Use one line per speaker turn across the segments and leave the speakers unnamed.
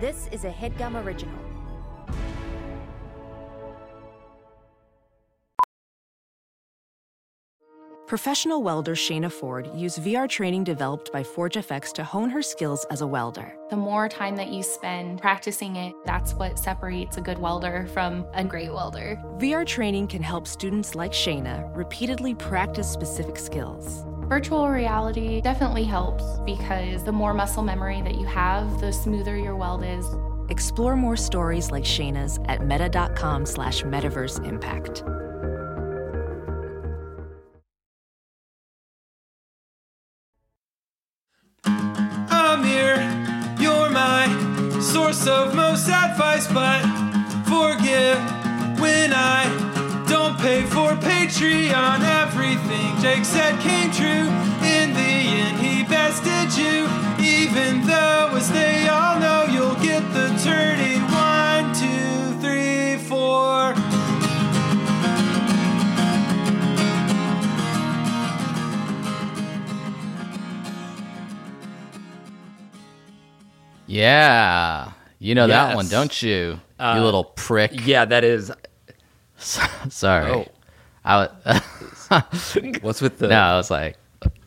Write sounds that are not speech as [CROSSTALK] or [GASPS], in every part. This is a headgum original.
Professional welder Shayna Ford used VR training developed by ForgeFX to hone her skills as a welder.
The more time that you spend practicing it, that's what separates a good welder from a great welder.
VR training can help students like Shayna repeatedly practice specific skills.
Virtual reality definitely helps because the more muscle memory that you have, the smoother your weld is.
Explore more stories like Shayna's at meta.com slash metaverse impact.
Amir, you're my source of most advice, but forgive when I don't pay for Patreon. Everything Jake said came true. In the end, he bested you, even though, as they all know, you'll get the turdy one, two, three, four.
Yeah. You know that one,
Yes. Uh,
don't you? you little prick.
Yeah, that is.
[LAUGHS] Sorry.
Oh.
I was,
What's with the
[LAUGHS] no, I was like,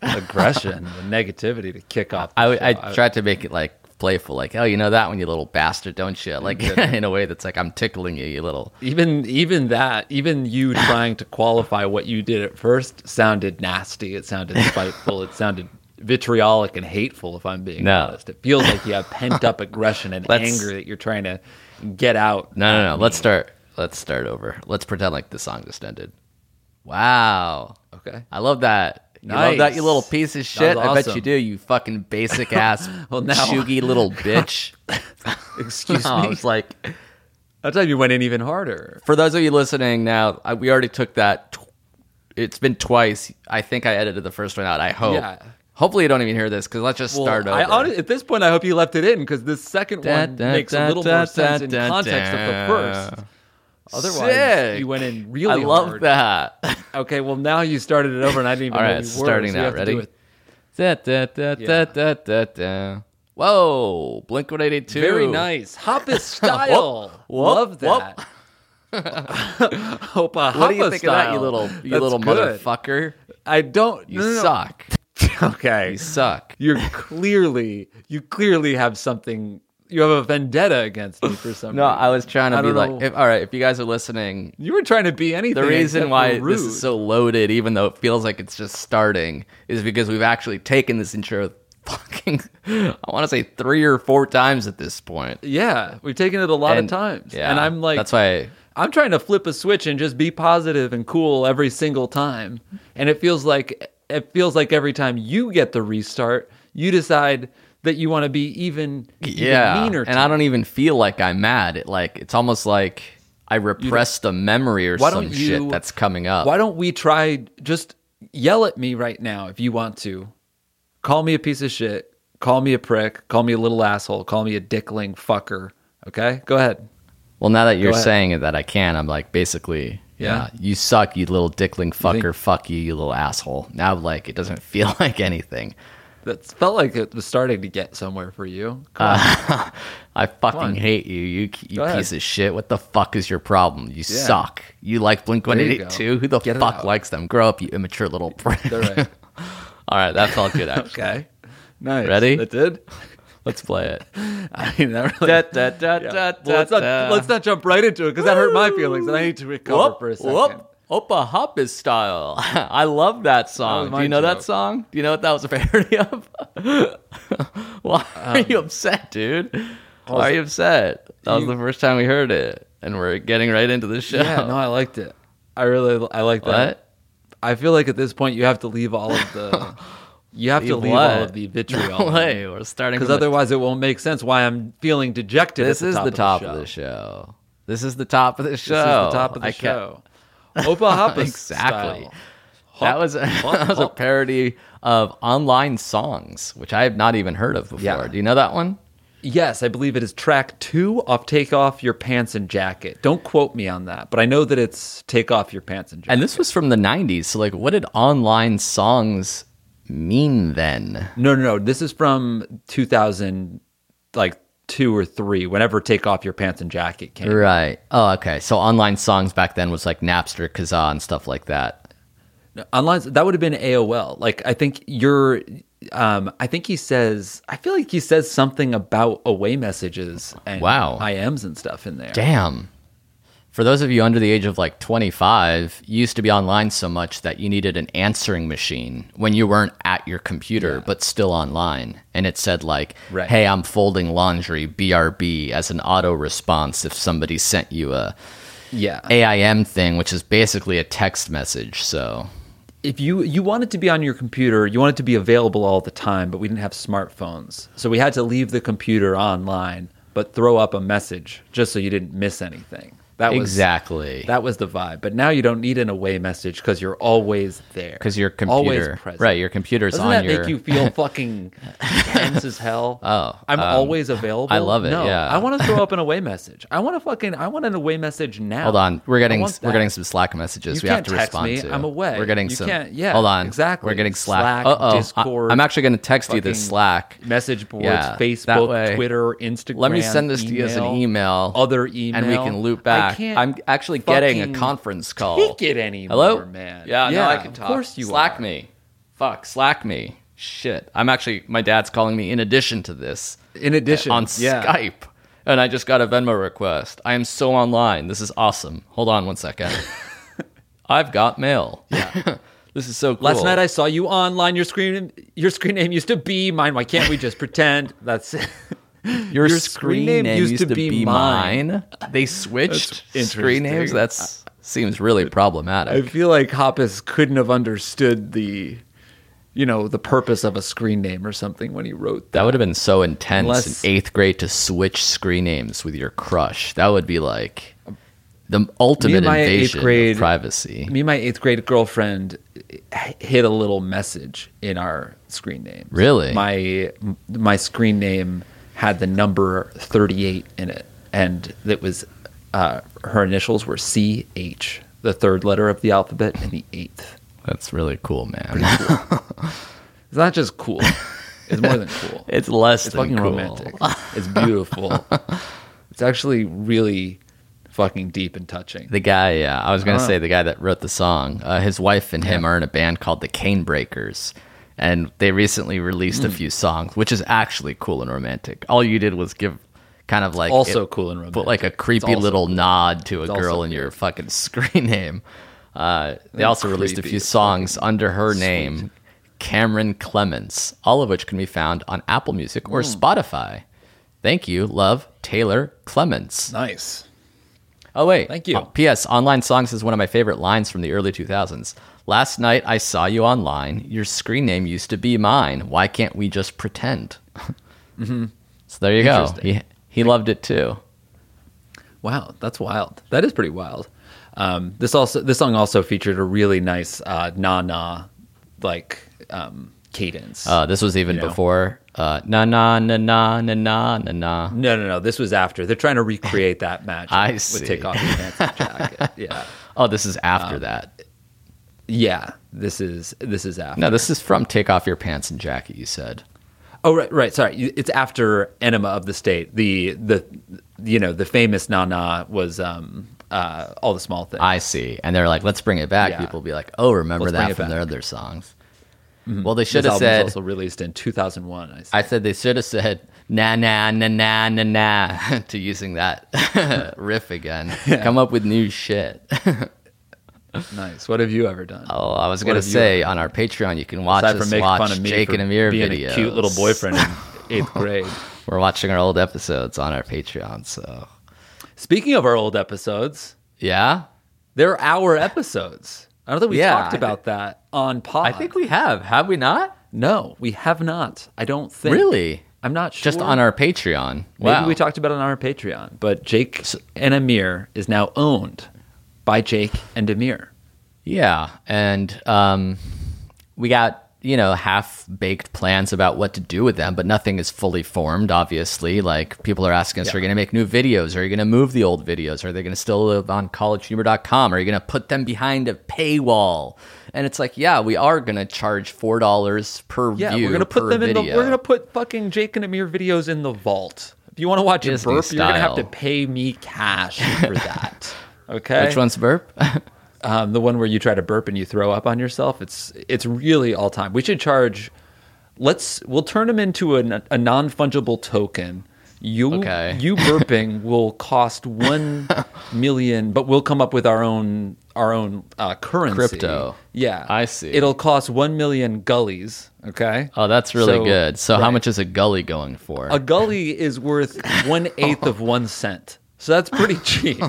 aggression, the negativity to kick off? the
I, would- I
show?
tried to make it like playful, like, oh, you know that one, you little bastard, don't you? Like, [LAUGHS] in a way that's like, I'm tickling you, you little.
even even that, even you trying to qualify what you did at first sounded nasty. It sounded spiteful. it sounded vitriolic and hateful. If I'm being
No.
honest, it feels like you have pent up aggression and
[LAUGHS] Let's-
anger that you're trying to get out.
No, no, no. Let's start. Let's start over. Let's pretend like the song just ended. Wow.
Okay.
I love that. You love that,
Nice.
you little piece of
That
shit.
was
I bet you
awesome.
do, you fucking basic ass,
[LAUGHS] Well, now- [LAUGHS]
chuggy little bitch.
Excuse
I
me.
was like,
That time you went in even harder.
for those of you listening now, I, we already took that. Tw- it's been twice. I think I edited the first one out. I hope.
Yeah.
Hopefully, you don't even hear this because let's just
Well,
start over.
I hon- at this point, I hope you left it in because this second
Da,
one
da,
makes
da,
a little
da,
more sense
da,
in
da,
context
da.
of the first. Otherwise,
Sick.
you went in
I
really.
love
hard.
that.
Okay, well now you started it over, and I didn't even
[LAUGHS] All
know
right,
any
it's
words.
starting
We
now.
have to do
Ready?
it
Da, da, da, da,
Yeah.
da, da, da. Whoa, Blink 182.
Very nice. Hoppa
[LAUGHS]
style. Love
whoop.
that. [LAUGHS] Hoppa
What do you
hoppa
think
style.
of that, you little, you
That's
little
good.
motherfucker?
I don't.
You
no, no, no.
suck.
[LAUGHS] Okay. [LAUGHS]
You suck.
You're clearly, you clearly have something. You have a vendetta against me for some
[LAUGHS] No,
reason.
I was trying to
I
be
don't
like,
know.
if, all right, if you guys are listening,
you were trying to be anything.
the reason
except
why
rude.
this is so loaded, even though it feels like it's just starting, is because we've actually taken this intro [LAUGHS] fucking, I want to say three or four times at this point.
Yeah, we've taken it a lot
And-
of times,
yeah,
and I'm like,
that's why
I'm trying to flip a switch and just be positive and cool every single time. And it feels like it feels like every time you get the restart, you decide that you want to be even, even
yeah
meaner.
and i don't even feel like i'm mad it like it's almost like i repressed a memory or
Why
some
don't
shit
you-
that's coming up
Why don't we try just yell at me right now if you want to. Call me a piece of shit, call me a prick, call me a little asshole, call me a dickling fucker, okay? Go ahead.
well now that you're
ahead.
saying it that i can i'm like basically yeah,
Yeah?
you suck you little dickling fucker fuck you you little asshole now like it doesn't feel [LAUGHS] like anything
That felt like it was starting to get somewhere for you. Come
Uh,
on.
i fucking
on.
hate you you you
Go ahead.
piece of shit what the fuck is your problem you suck you like blink
you go.
182 who the
Get it
fuck
out.
likes them grow up you immature [LAUGHS] little prick
All right.
all right that felt [LAUGHS] good actually
Okay. Nice.
Ready?
That did.
let's play [LAUGHS] it
I mean, that really.
Da, da, da,
Yeah.
da,
well, let's, not,
da.
let's not jump right into it because that hurt my feelings and I need to recover
Whoop,
for a second.
whoop. Opa Hop is style. [LAUGHS] I love that song. Do
my
you know that
joke.
song? Do you know what that was a parody of? [LAUGHS] Why are you upset, dude? Why are you upset? That was the first time we heard it, and we're getting right into the show.
Yeah, no, I liked it. I really, I like that.
what?
I feel like at this point you have to leave all of
[LAUGHS]
the, you have to
Leave
leave
what?
all of
[LAUGHS]
the vitriol
Hey, we're starting
because
from the-
otherwise it won't make sense why I'm feeling dejected.
This
at
is the top
the
of the
show.
show. This is the top of the show.
This is the top of the
I can't-
show. Opa Hoppa
[LAUGHS] Exactly.
style.
That was, a, [LAUGHS] that was a parody of online songs, which I have not even heard of before.
Yeah.
Do you know that one?
Yes, I believe it is track two off Take Off Your Pants and Jacket. Don't quote me on that, but I know that it's Take Off Your Pants and Jacket.
And this was from the 90s. So, like, what did online songs mean then?
no, no, no. This is from 2000, like two or three, whenever Take Off Your Pants and Jacket came.
Right. Oh, okay. So online songs back then was like Napster, Kazaa, and stuff like that.
Online, that would have been AOL. Like, I think you're, um, I think he says, I feel like he says something about away messages and
Wow.
IMs and stuff in there.
Damn. For those of you under the age of like 25, you used to be online so much that you needed an answering machine when you weren't at your computer but still online. And it said like,
Right.
"Hey, I'm folding laundry, BRB" as an auto response if somebody sent you a
Yeah.
AIM thing, which is basically a text message. So,
if you you wanted to be on your computer, you wanted to be available all the time, but we didn't have smartphones, so we had to leave the computer online, but throw up a message just so you didn't miss anything. That was
exactly.
that was the vibe. But now you don't need an away message because you're always there.
Because your
always
computer,
present.
right? Your computer's
Doesn't
on
that
your.
make you
[LAUGHS]
feel fucking tense as hell?
Oh,
I'm
um,
always available.
I love it,
No,
yeah.
I want to throw up an away message. I want to fucking. I want an away message now.
Hold on, we're
I
getting
want
we're
that.
getting some Slack messages.
You
we have
can't
to
text
respond
me,
to.
I'm away.
We're getting
You
some.
can't- yeah,
hold on.
exactly.
We're getting Slack.
Slack,
Uh oh.
Discord,
I'm actually going to text you
fucking
this Slack
message boards,
Yeah, that way-
Facebook, Twitter, Instagram.
Let me send this to you as an email,
other email,
and we can loop
I
back.
can't
I'm actually getting a
fucking
conference call.
Take it anymore,
Hello,
man.
Yeah, no, I can talk.
Of course you
Slack
are.
me. Fuck, Slack me. Shit, I'm actually. My dad's calling me. In addition to this,
In addition,
on
yeah.
Skype. And I just got a Venmo request. I am so online. This is awesome. Hold on
[LAUGHS]
one second. I've got mail. Yeah. [LAUGHS] this is so cool.
Last night I saw you online. Your screen, your screen name used to be mine. Why can't we just [LAUGHS] pretend? That's it.
your,
your
screen name used, to, be, mine. They switched
That's
screen names.
interesting.
That's seems really
I
problematic.
feel like Hoppus couldn't have understood the, you know, the purpose of a screen name or something when he wrote that.
that would have been so intense
Unless-
in eighth grade to switch screen names with your crush. That would be like the ultimate
my eighth
invasion
grade-
of privacy.
Me and my eighth grade girlfriend h- hid a little message in our screen name.
Really?
My my screen name had the number thirty eight in it, and it was uh, her initials were C H, the third letter of the alphabet, and the eighth.
That's really cool, man.
It's not just cool. It's more than cool.
[LAUGHS] it's less
It's
than
fucking
cool.
romantic. [LAUGHS] It's beautiful. it's actually really fucking deep and touching.
The guy, yeah, I was gonna
Uh-huh.
say the guy that wrote the song. Uh, his wife and him are in a band called the Cane Breakers, and they recently released
Hmm.
a few songs, which is actually cool and romantic. All you did was give kind of like
Also
it-
cool and romantic.
put like a creepy
also
little nod to a
also
girl in your fucking [LAUGHS] screen name. Uh, they also released a
creepy
few
is
songs under her name, Cameron Clements, all of which can be found on Apple Music
Hmm.
or Spotify. Thank you, love, Taylor Clements.
nice.
Oh wait.
Thank you.
Uh, P.S. Online songs is one of my favorite lines from the early 2000s. Last night I saw you online. Your screen name used to be mine. Why can't we just pretend? [LAUGHS] So there you go.
Mm-hmm. Interesting.
He, he loved it too.
Wow, that's wild. That is pretty wild. Um, this also this song also featured a really nice uh, na na like um, cadence.
Uh, this was even
You know.
before uh, na na na na na na na na.
no, no, no. This was after. They're trying to recreate [LAUGHS] that match.
I see.
With take off your pants and [LAUGHS] jacket. Yeah,
Oh, this is
Uh.
after that.
yeah. This is this is after.
No, this is from Take Off Your Pants and Jacket. You said.
Oh right, right. Sorry, it's after Enema of the State. The the you know the famous na na was um, uh, all the small things.
I see. And they're like, let's bring it back.
Yeah.
People be like, oh, remember
Let's bring
that
it
from their
back. Mm-hmm.
other songs. Well, they should
this
have
album
said.
was also released in 2001. I,
I said they should have said na na na na na na [LAUGHS] to using that [LAUGHS] riff again. Come up with new shit.
nice. What have you ever done?
Oh, I was
What
gonna
have you
say on our Patreon you can watch
aside
us
from making
watch
fun of me
Jake
for
and Amir
being
videos.
a cute little boyfriend
[LAUGHS]
in eighth grade.
We're watching our old episodes on our Patreon. So
Speaking of our old episodes,
yeah,
they're our episodes. I don't think we
Yeah,
talked
I thi-
about that on pod.
I think we have. Have we not?
no, we have not. I don't think
Really?
I'm not sure.
Just on our Patreon.
maybe
Wow.
we talked about it on our Patreon. But Jake and Amir is now owned by Jake and Amir.
Yeah, and um, we got you know half baked plans about what to do with them, but nothing is fully formed. Obviously, like people are asking us, are you going to make new videos? Are you going to move the old videos? Are they going to still live on collegehumor.com? Are you going to put them behind a paywall? And it's like, yeah, we are going to charge four dollars per
Yeah,
view.
we're gonna put
per
them in
video.
the. We're gonna put fucking Jake and Amir videos in the vault. If you want to watch
Disney
a burp, you're gonna have to
style.
pay me cash for [LAUGHS] that. Okay.
Which one's burp?
Um, the one where you try to burp and you throw up on yourself. It's it's really all time. We should charge. Let's we'll turn them into an, a non fungible token. You
Okay.
you
[LAUGHS]
burping will cost one million, but we'll come up with our own our own uh, currency.
Crypto.
Yeah,
I see.
It'll cost one million gullies. Okay.
[LAUGHS] oh, that's really
So-
good. So, how
right.
much is a gully going for?
A gully is worth one eighth of one cent. So that's pretty [LAUGHS] cheap.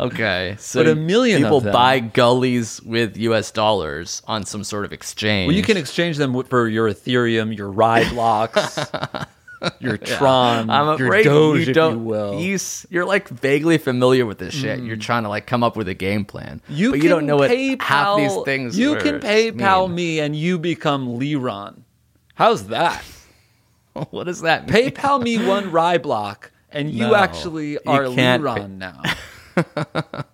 okay, so
but a million of
people
them.
buy gullies with U.S. dollars on some sort of exchange.
Well, you can exchange them wi- for your Ethereum, your Ride blocks,
[LAUGHS]
your Tron,
I'm
your
afraid
Doge,
you
if
don't.
you will. Hmm.
You, are like vaguely familiar with this shit. You're trying to like come up with a game plan.
You
but you don't
can
know what half
PayPal-
these things.
You
were-
can PayPal
mean.
me, and you become Leron. How's that?
What does that mean? [LAUGHS]
PayPal me one Rye block, and you
No,
actually
you
are
can't
Leron now.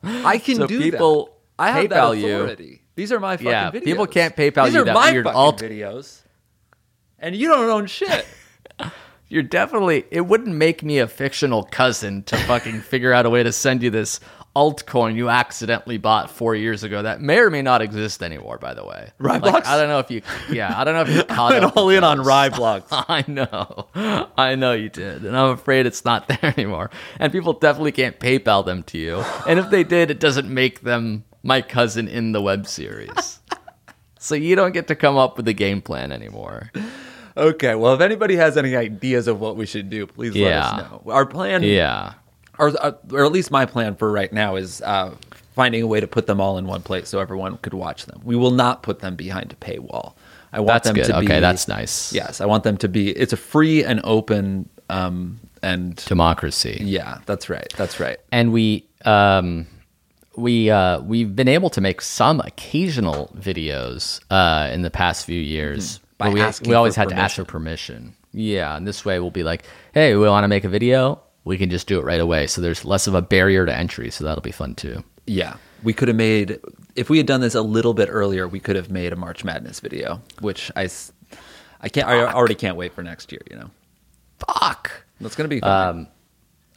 [LAUGHS]
I can
So
do
people
that. I have that
PayPal you.
authority. These are my fucking
Yeah,
videos.
people can't PayPal
These
you
are
that
my
weird
fucking
alt-
videos, and you don't own
[LAUGHS]
shit.
You're definitely. It wouldn't make me a fictional cousin to
[LAUGHS]
fucking figure out a way to send you this altcoin you accidentally bought four years ago that may or may not exist anymore. By the way,
Rye
Like,
blocks?
I don't know if you. Yeah, I don't know if
[LAUGHS]
you caught
Went
up
all
with
in on
those.
Rye blocks.
[LAUGHS] I know, I know you did, and I'm afraid it's not [LAUGHS] there anymore. And people definitely can't PayPal them to you. And if they did, it doesn't make them my cousin in the
[LAUGHS]
web series. so you don't get to come up with a game
[LAUGHS]
plan anymore.
Okay, well, if anybody has any ideas of what we should do, please let us
Yeah.
know. Our plan,
Yeah.
or, uh, or at least my plan for right now, is uh, finding a way to put them all in one place so everyone could watch them. We will not put them behind a paywall. I want
That's
them
good.
to be
Okay, that's nice.
Yes, I want them to be. It's a free and open, um, and
democracy.
yeah, that's right. That's right.
And we um we uh we've been able to make some occasional videos uh in the past few years.
Mm-hmm. By
but we,
asking
we always
for
had to ask for permission. Yeah, and this way we'll be like, "Hey, we want to make a video. We can just do it right away." So there's less of a barrier to entry, so that'll be fun too.
Yeah, we could have made if we had done this a little bit earlier. We could have made a March Madness video, which I, s- I can't. I already can't wait for next year. You know,
Fuck.
that's gonna be.
Uh,
Fun.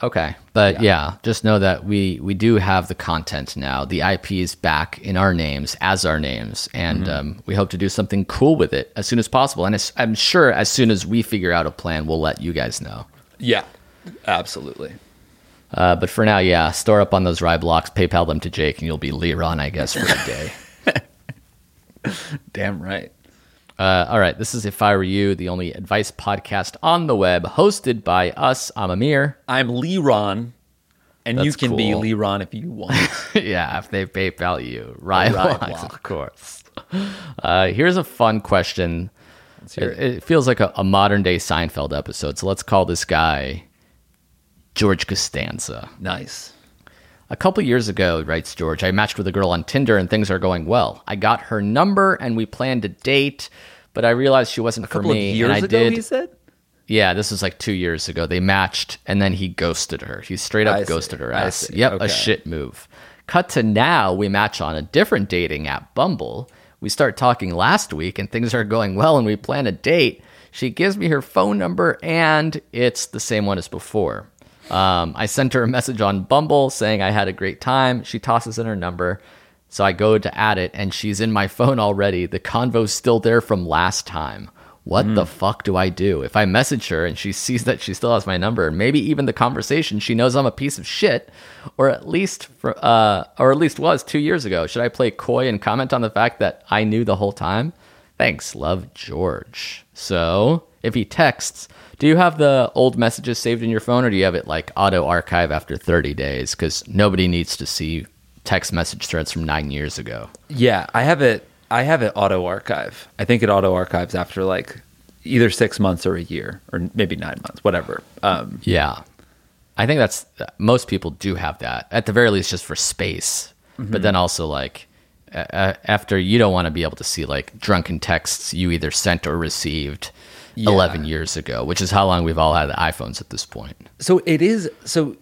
Okay, but yeah. just know that we we do have the content now. The IP is back in our names as our names, and um, we hope to do something cool with it as soon as possible. And as, I'm sure as soon as we figure out a plan, we'll let you guys know.
Yeah, absolutely.
Uh, but for now, yeah, store up on those rye blocks, PayPal them to Jake, and you'll be Leron, I guess, for a [LAUGHS] day.
Damn right.
Uh, all right, this is if I were you, the only advice podcast on the web, hosted by us. I'm Amir. [LAUGHS]
I'm Leron, and you
That's
can be
cool.
Leron if you [LAUGHS] want.
yeah, if they PayPal you, rye
Rye
blocks,
block.
of course. [LAUGHS] Uh, here's a fun question.
hear
It, it feels like a, a modern day Seinfeld episode, so let's call this guy George Costanza.
nice.
A couple years ago, writes George, I matched with a girl on Tinder and things are going well. I got her number and we planned a date, but I realized she wasn't for
couple
me.
of years
and I
ago,
did.
he said.
Yeah, this was like two years ago. They matched, and then he ghosted her. He straight up
I see.
ghosted her
I
ass.
see.
Yep,
Okay.
a shit move. Cut to now, we match on a different dating app, Bumble. We start talking last week, and things are going well, and we plan a date. She gives me her phone number, and it's the same one as before. Um, I sent her a message on Bumble saying I had a great time. She tosses in her number. So I go to add it, and she's in my phone already. The convo's still there from last time. What the fuck do I do? If I message her and she [LAUGHS] sees that she still has my number, and maybe even the conversation, she knows I'm a piece of shit, or at least, fr uh, or at least was two years ago. Should I play coy and comment on the fact that I knew the whole time? Thanks, love, George. So, if he texts, do you have the old messages saved in your phone, or do you have it like auto archive after 30 days? Because nobody needs to see text message threads from nine years ago.
Yeah, I have it. I have it auto archive. I think it auto archives after like either six months or a year, or maybe nine months, whatever. Um,
Yeah. I think that's most people do have that at the very least just for space.
Mm-hmm.
But then also like a- a- after you don't want to be able to see like drunken texts you either sent or received 11 years ago, which is how long we've all had iPhones at this point.
so it is. So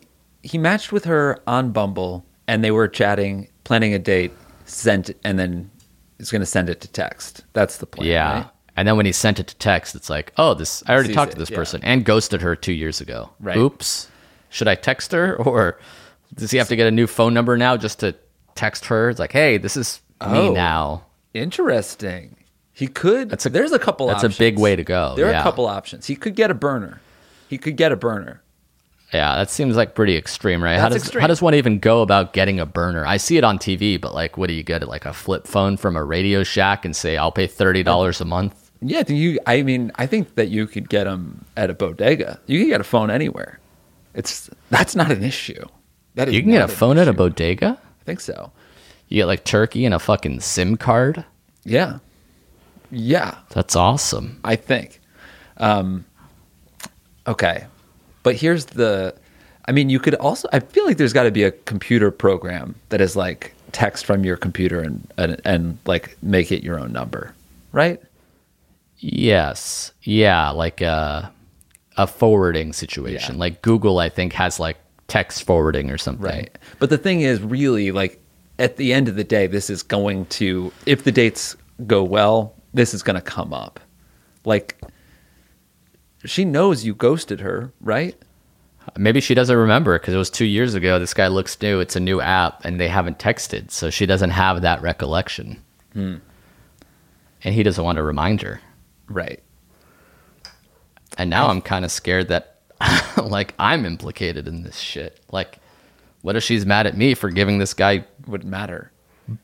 he matched with her on Bumble, and they were chatting, planning a date, sent, and then he's going to send it to text. That's the plan.
yeah.
right?
And then when he sent it to text, it's like, oh, this I already
Sees
talked
it,
to this
yeah.
person and ghosted her two years ago.
Right.
Oops. Should I text her or does he have to get a new phone number now just to text her? It's like, hey, this is me
Oh.
now.
Interesting. He could.
That's a-
there's a couple.
that's a
options.
big way to go,
There are
yeah.
a couple options. He could get a burner. He could get a burner.
Yeah, that seems like pretty extreme, right? how
That's
does
extreme.
how does one even go about getting a burner? I see it on TV, but like, what do you get? Like a flip phone from a Radio Shack and say, I'll pay thirty dollars a month.
Yeah, do you? I mean, I think that you could get them at a bodega. You can get a phone anywhere. It's that's not an issue. That is
You can get
not
a
an
phone at a
issue.
bodega.
I think so.
You get like turkey and a fucking SIM card.
Yeah, yeah.
That's awesome.
I think. Um, okay, but here's the. I mean, you could also. I feel like there's got to be a computer program that is like text from your computer and, and and like make it your own number, right?
Yes. Yeah, like a a forwarding situation. Like Google I think has like text forwarding or something.
Right. But the thing is, really, like at the end of the day, this is going to, if the dates go well, this is going to come up. Like, she knows you ghosted her, right?
Maybe she doesn't remember because it was 2 years ago. This guy looks new. It's a new app and they haven't texted, so she doesn't have that recollection.
Hmm.
And he doesn't want to remind her.
Right.
And now I'm kind of scared that [LAUGHS] like I'm implicated in this shit. Like what if she's mad at me for giving this guy
Wouldn't matter.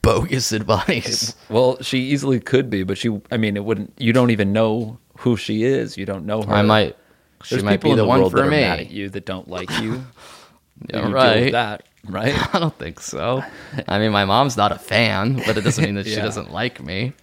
bogus [LAUGHS] advice?
Well, she easily could be, but she, I mean, it wouldn't, you don't even know who she is. You don't know her.
I might she
There's
might
people
be
in
the,
the
one
world that
for
are
me.
mad at you [LAUGHS] that don't like
[LAUGHS]
you.
Yeah,
You deal with
right.
that,
[LAUGHS]
right?
I don't think so. I mean, my mom's not a fan, but it doesn't mean that she
[LAUGHS] Yeah. Mm-hmm.
doesn't like me.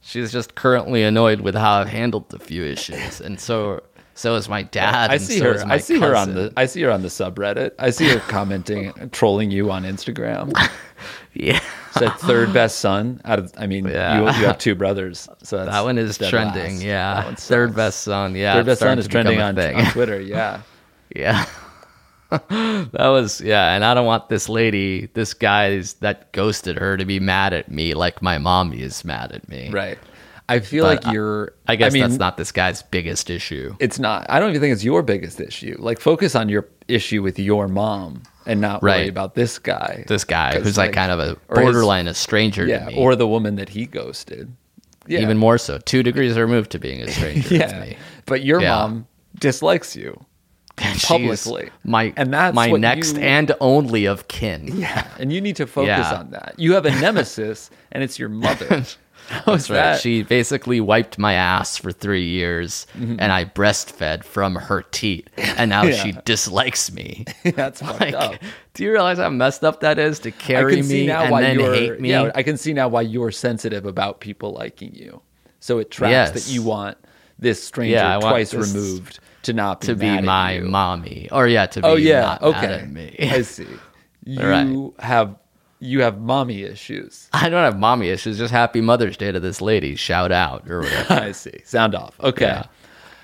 She's just currently annoyed with how I've handled the few issues, and so so is my dad.
I
and
see
so
her.
is my
I see her on
cousin.
the. I see her on the subreddit. I see her commenting, trolling you on Instagram.
[LAUGHS] yeah.
It's
[LAUGHS]
that third best son out of. I mean,
Yeah.
you,
[LAUGHS]
you have two brothers, so that's,
That one is
dead
trending.
last. That
Yeah,
one
third
sucks.
best son. Yeah,
Third
it's
best son
starting
is
to become
trending
a
on,
thing.
on Twitter. Yeah,
[LAUGHS] Yeah. [LAUGHS] that was yeah, and I don't want this lady, this guy's that ghosted her to be mad at me like my mom is mad at me.
right. I feel
But
like you're.
I guess
mean,
that's not this guy's biggest issue.
It's not. I don't even think it's your biggest issue. Like, focus on your issue with your mom and not
Right.
worry about this guy.
This guy
'Cause,
who's like, kind of a
or his-
borderline a stranger
yeah,
to me.
or the woman that he ghosted. Yeah.
even more so. Two degrees removed to being a stranger
[LAUGHS] yeah.
to me.
But your
Yeah.
mom dislikes you.
And she's
Publicly.
My
And that's
my
what
next
you-
and only of kin.
Yeah. And you need to focus
Yeah.
on that. You have a nemesis [LAUGHS] and it's your
[LAUGHS]
mother.
[LAUGHS]
[LAUGHS]
That's right.
that-
She basically wiped my ass for three years
Mm-hmm.
and I breastfed from her teat. And now
[LAUGHS]
she dislikes me. [LAUGHS]
That's fucked
like,
up.
do you realize how messed up that is to
Oh. I
carry
can see
me
now
and
why
then
you're
hate me?
Yeah, I can see now why you're sensitive about people liking you. So it tracks
Yes.
that you want this stranger
Yeah, I want
twice
this
removed to not be
to be
mad at
my
you.
mommy. Or yeah, to be
Oh yeah,
not
okay.
mad at me.
[LAUGHS] I
[LAUGHS]
see. You
Right.
have you have mommy issues. [LAUGHS]
I don't have mommy issues. Just happy Mother's Day to this lady. Shout out or [LAUGHS] whatever.
I see. Sound off. Okay.
Yeah.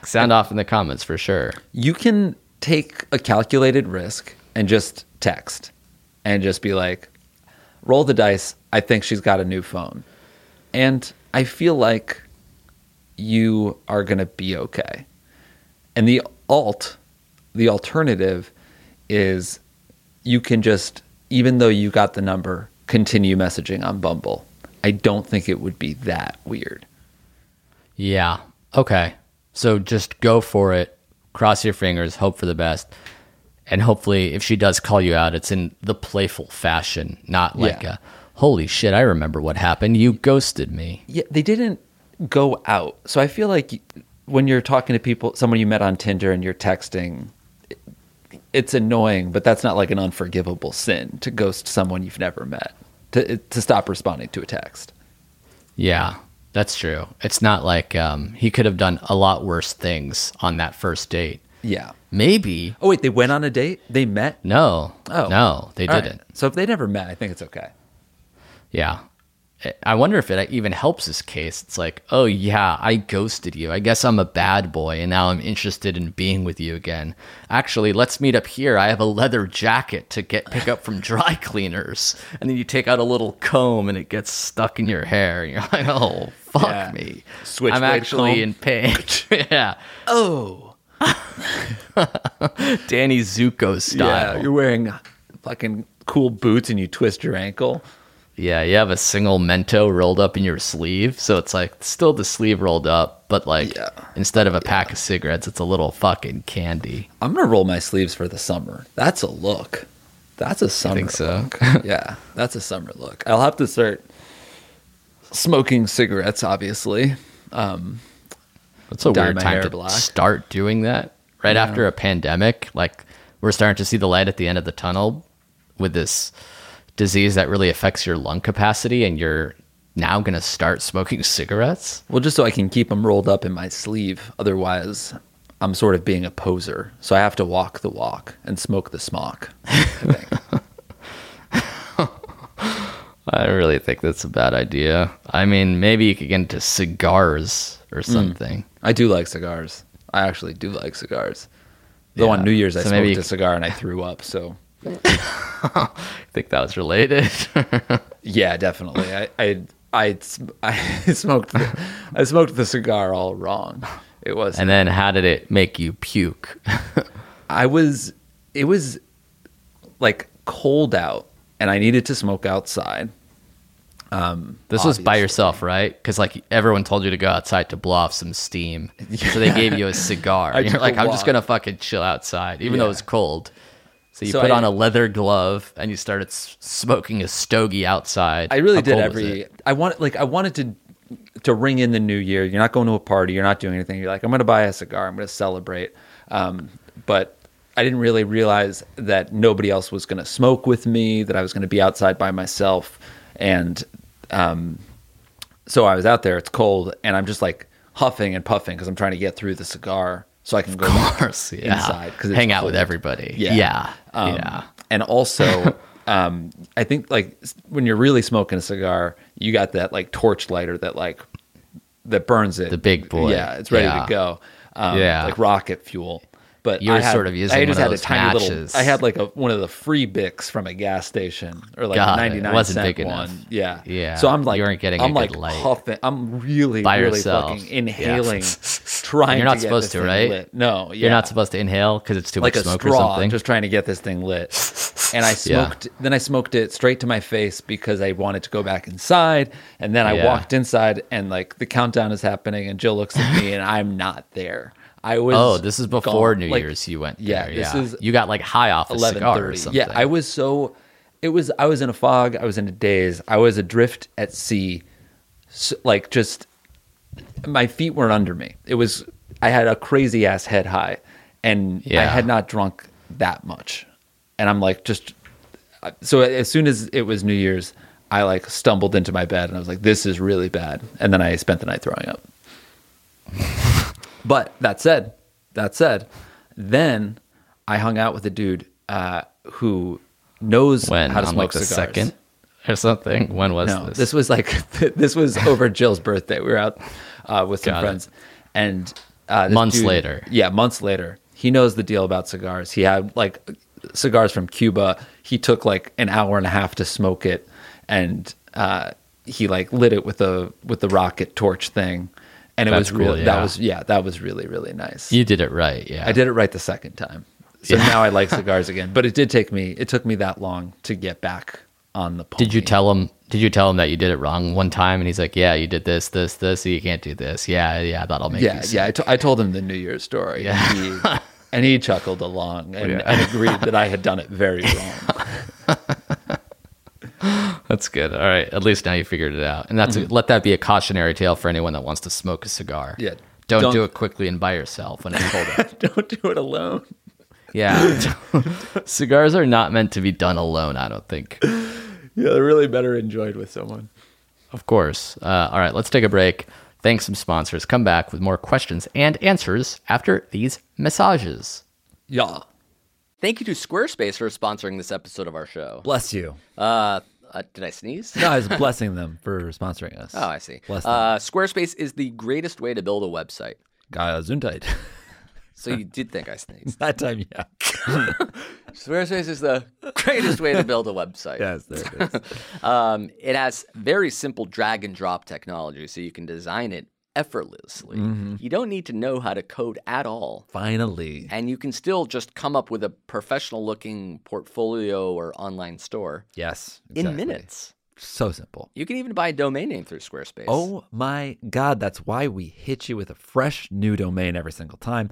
Sound off in the comments for sure.
you can take a calculated risk and just text and just be like, roll the dice. I think she's got a new phone. And I feel like you are going to be okay. And the alt, the alternative is you can just, even though you got the number, continue messaging on Bumble. I don't think it would be that weird.
Yeah. Okay. So just go for it. Cross your fingers. Hope for the best. And hopefully, if she does call you out, it's in the playful fashion, not like
Yeah.
a "Holy shit, I remember what happened. You ghosted me."
yeah, they didn't go out. So I feel like when you're talking to people, someone you met on Tinder, and you're texting, it's annoying, but that's not like an unforgivable sin to ghost someone you've never met to to stop responding to a text.
Yeah, that's true. It's not like um, he could have done a lot worse things on that first date.
Yeah.
Maybe
Oh wait, they went on a date. They met.
no,
Oh
no, they
All right.
didn't.
So if they never met, I think it's okay.
Yeah. I wonder if it even helps his case. It's like, oh yeah, I ghosted you. I guess I'm a bad boy, and now I'm interested in being with you again. Actually, let's meet up here. I have a leather jacket to get pick up from dry [LAUGHS] cleaners, and then you take out a little comb, and it gets stuck in your hair. [LAUGHS] and You're like, oh fuck
Yeah.
me.
Switchblade
I'm actually
comb.
in pain. [LAUGHS] yeah. Oh. [LAUGHS] Danny Zuko style.
Yeah, you're wearing fucking cool boots and you twist your ankle.
Yeah, you have a single mento rolled up in your sleeve, so it's like still the sleeve rolled up, but like
Yeah.
instead of a pack of cigarettes, it's a little fucking candy.
I'm gonna roll my sleeves for the summer. That's a look. That's a summer.
I think so. [LAUGHS]
look. yeah, that's a summer look. I'll have to start smoking cigarettes, obviously. Um,
It's a
Dye
weird
my
time
hair
to
black.
start doing that right after a pandemic. Like we're starting to see the light at the end of the tunnel with this disease that really affects your lung capacity, and you're now going to start smoking [LAUGHS] cigarettes.
Well, just so I can keep them rolled up in my sleeve. Otherwise, I'm sort of being a poser. So I have to walk the walk and smoke the smock.
I really think that's a bad idea. I mean, maybe you could get into cigars or something.
I do like cigars. I actually do like cigars. Though
Yeah.
on New Year's I
So
smoked
maybe-
a cigar and I threw up. So
think that was related. [LAUGHS]
yeah, definitely. I I I, sm- I [LAUGHS] smoked the, I smoked the cigar all wrong. It was
and then how did it make you puke? [LAUGHS]
I was it was like cold out and I needed to smoke outside.
This was by
Obviously.
yourself, right? Because like everyone told you to go outside to blow off some steam, so they gave you a
[LAUGHS]
cigar.
I
and you're
took a
like, I'm just
walk."
gonna fucking chill outside, even though
Yeah.
it's cold. So you
So
put
I-
on a leather glove and you started s- smoking a stogie outside.
I really
How
did
cold was
every.
it? [LAUGHS]
I want like I wanted to to ring in the new year. You're not going to a party. You're not doing anything. You're like I'm going to buy a cigar. I'm going to celebrate. Um, but I didn't really realize that nobody else was going to smoke with me. That I was going to be outside by myself. And um, so I was out there. It's cold, and I'm just like huffing and puffing because I'm trying to get through the cigar so I can go
Of course, yeah.
inside because
hang out with everybody.
Yeah.
Yeah, yeah.
um, And
[LAUGHS]
also, um, I think like s- when you're really smoking a cigar, you got that like torch lighter that like that burns it.
The big boy.
Yeah, it's ready
Yeah.
to go. Um,
Yeah.
like rocket fuel. But
You
I
were
had-
sort of using
I
one
just
of
had
those
a tiny
matches.
little. I had like a one of the free bics from a gas station or like
Got it.
a
It
ninety nine
wasn't big
one.
enough.
Yeah,
Yeah.
So I'm like,
You weren't getting a
I'm like
good light.
huffing. I'm really,
By
really
yourself.
fucking
Yeah. [LAUGHS]
inhaling, trying.
You're not
to get
supposed
this
to,
thing
right?
Lit. No,
You're
yeah
not supposed to inhale because it's too
like
much
a
smoke
straw,
or something.
just trying to get this thing lit. And I
[LAUGHS] Yeah.
smoked. Then I smoked it straight to my face because I wanted to go back inside. And then I
Yeah.
walked inside, and like the countdown is happening, and Jill looks at me, and I'm not there. I was.
Oh, this is before
gone.
New
Like,
Year's. You went
yeah,
there.
this
yeah.
is
you got like high off a cigar or
11:30.
something.
Yeah, I was so it was I was in a fog, I was in a daze, I was adrift at sea. So, like just my feet weren't under me. It was I had a crazy ass head high and I
Yeah.
had not drunk that much. And I'm like just uh, so as soon as it was New Year's, I like stumbled into my bed and I was like this is really bad. And then I spent the night throwing up. But that said, that said, then I hung out with a dude uh, who knows
when
how to
on
smoke
like the
cigars.
second or something. When was
no,
this?
this was like [LAUGHS] this was over Jill's birthday. We were out uh, with some
Got it.
friends, and uh, this
Months
dude-
later.
Yeah, months later, he knows the deal about cigars. He had like cigars from Cuba. He took like an hour and a half to smoke it, and uh, he like lit it with a with the rocket torch thing, and it
That's
was really
cool, yeah.
that was yeah that was really really nice.
you did it right. Yeah,
I did it right the second time. So now I [LAUGHS] like cigars again. But it did take me it took me that long to get back on the pony.
Did you tell him? Did you tell him that you did it wrong one time? And he's like, "Yeah, you did this, this, this. You can't do this. Yeah, yeah, that'll make
Yeah,
you." sick."
yeah. I, to- I told him the New Year's story. And [LAUGHS] he, and he chuckled along and, and agreed that I had done it [LAUGHS] very wrong.
that's good. All right, at least now you figured it out, and that's
Mm-hmm.
a, let that be a cautionary tale for anyone that wants to smoke a cigar.
Yeah.
don't,
Don't-
do it quickly and by yourself when it's cold
[LAUGHS]
out.
Don't do it alone.
yeah, [LAUGHS] cigars are not meant to be done alone. I don't think.
Yeah, they're really better enjoyed with someone.
Of course. Uh, all right, let's take a break. Thanks some sponsors. Come back with more questions and answers after these messages.
Yeah.
Thank you to Squarespace for sponsoring this episode of our show.
Bless you.
Uh, Uh, did I sneeze?
No, I was blessing them for sponsoring us.
[LAUGHS] Oh, I see.
Bless them.
Uh, Squarespace is the greatest way to build a website.
Gaia Zundheit.
So you did think I
[LAUGHS]
sneezed.
that time, [LAUGHS] yeah.
[LAUGHS] Squarespace is the [LAUGHS] greatest way to build a website.
Yes, there it is.
Um, it has very simple drag and drop technology, so you can design it effortlessly. You don't need to know how to code at all.
[LAUGHS] Finally.
And you can still just come up with a professional looking portfolio or online store
Yes.
in
exactly.
minutes.
So simple.
You can even buy a domain name through Squarespace.
Oh my God, that's why we hit you with a fresh new domain every single time.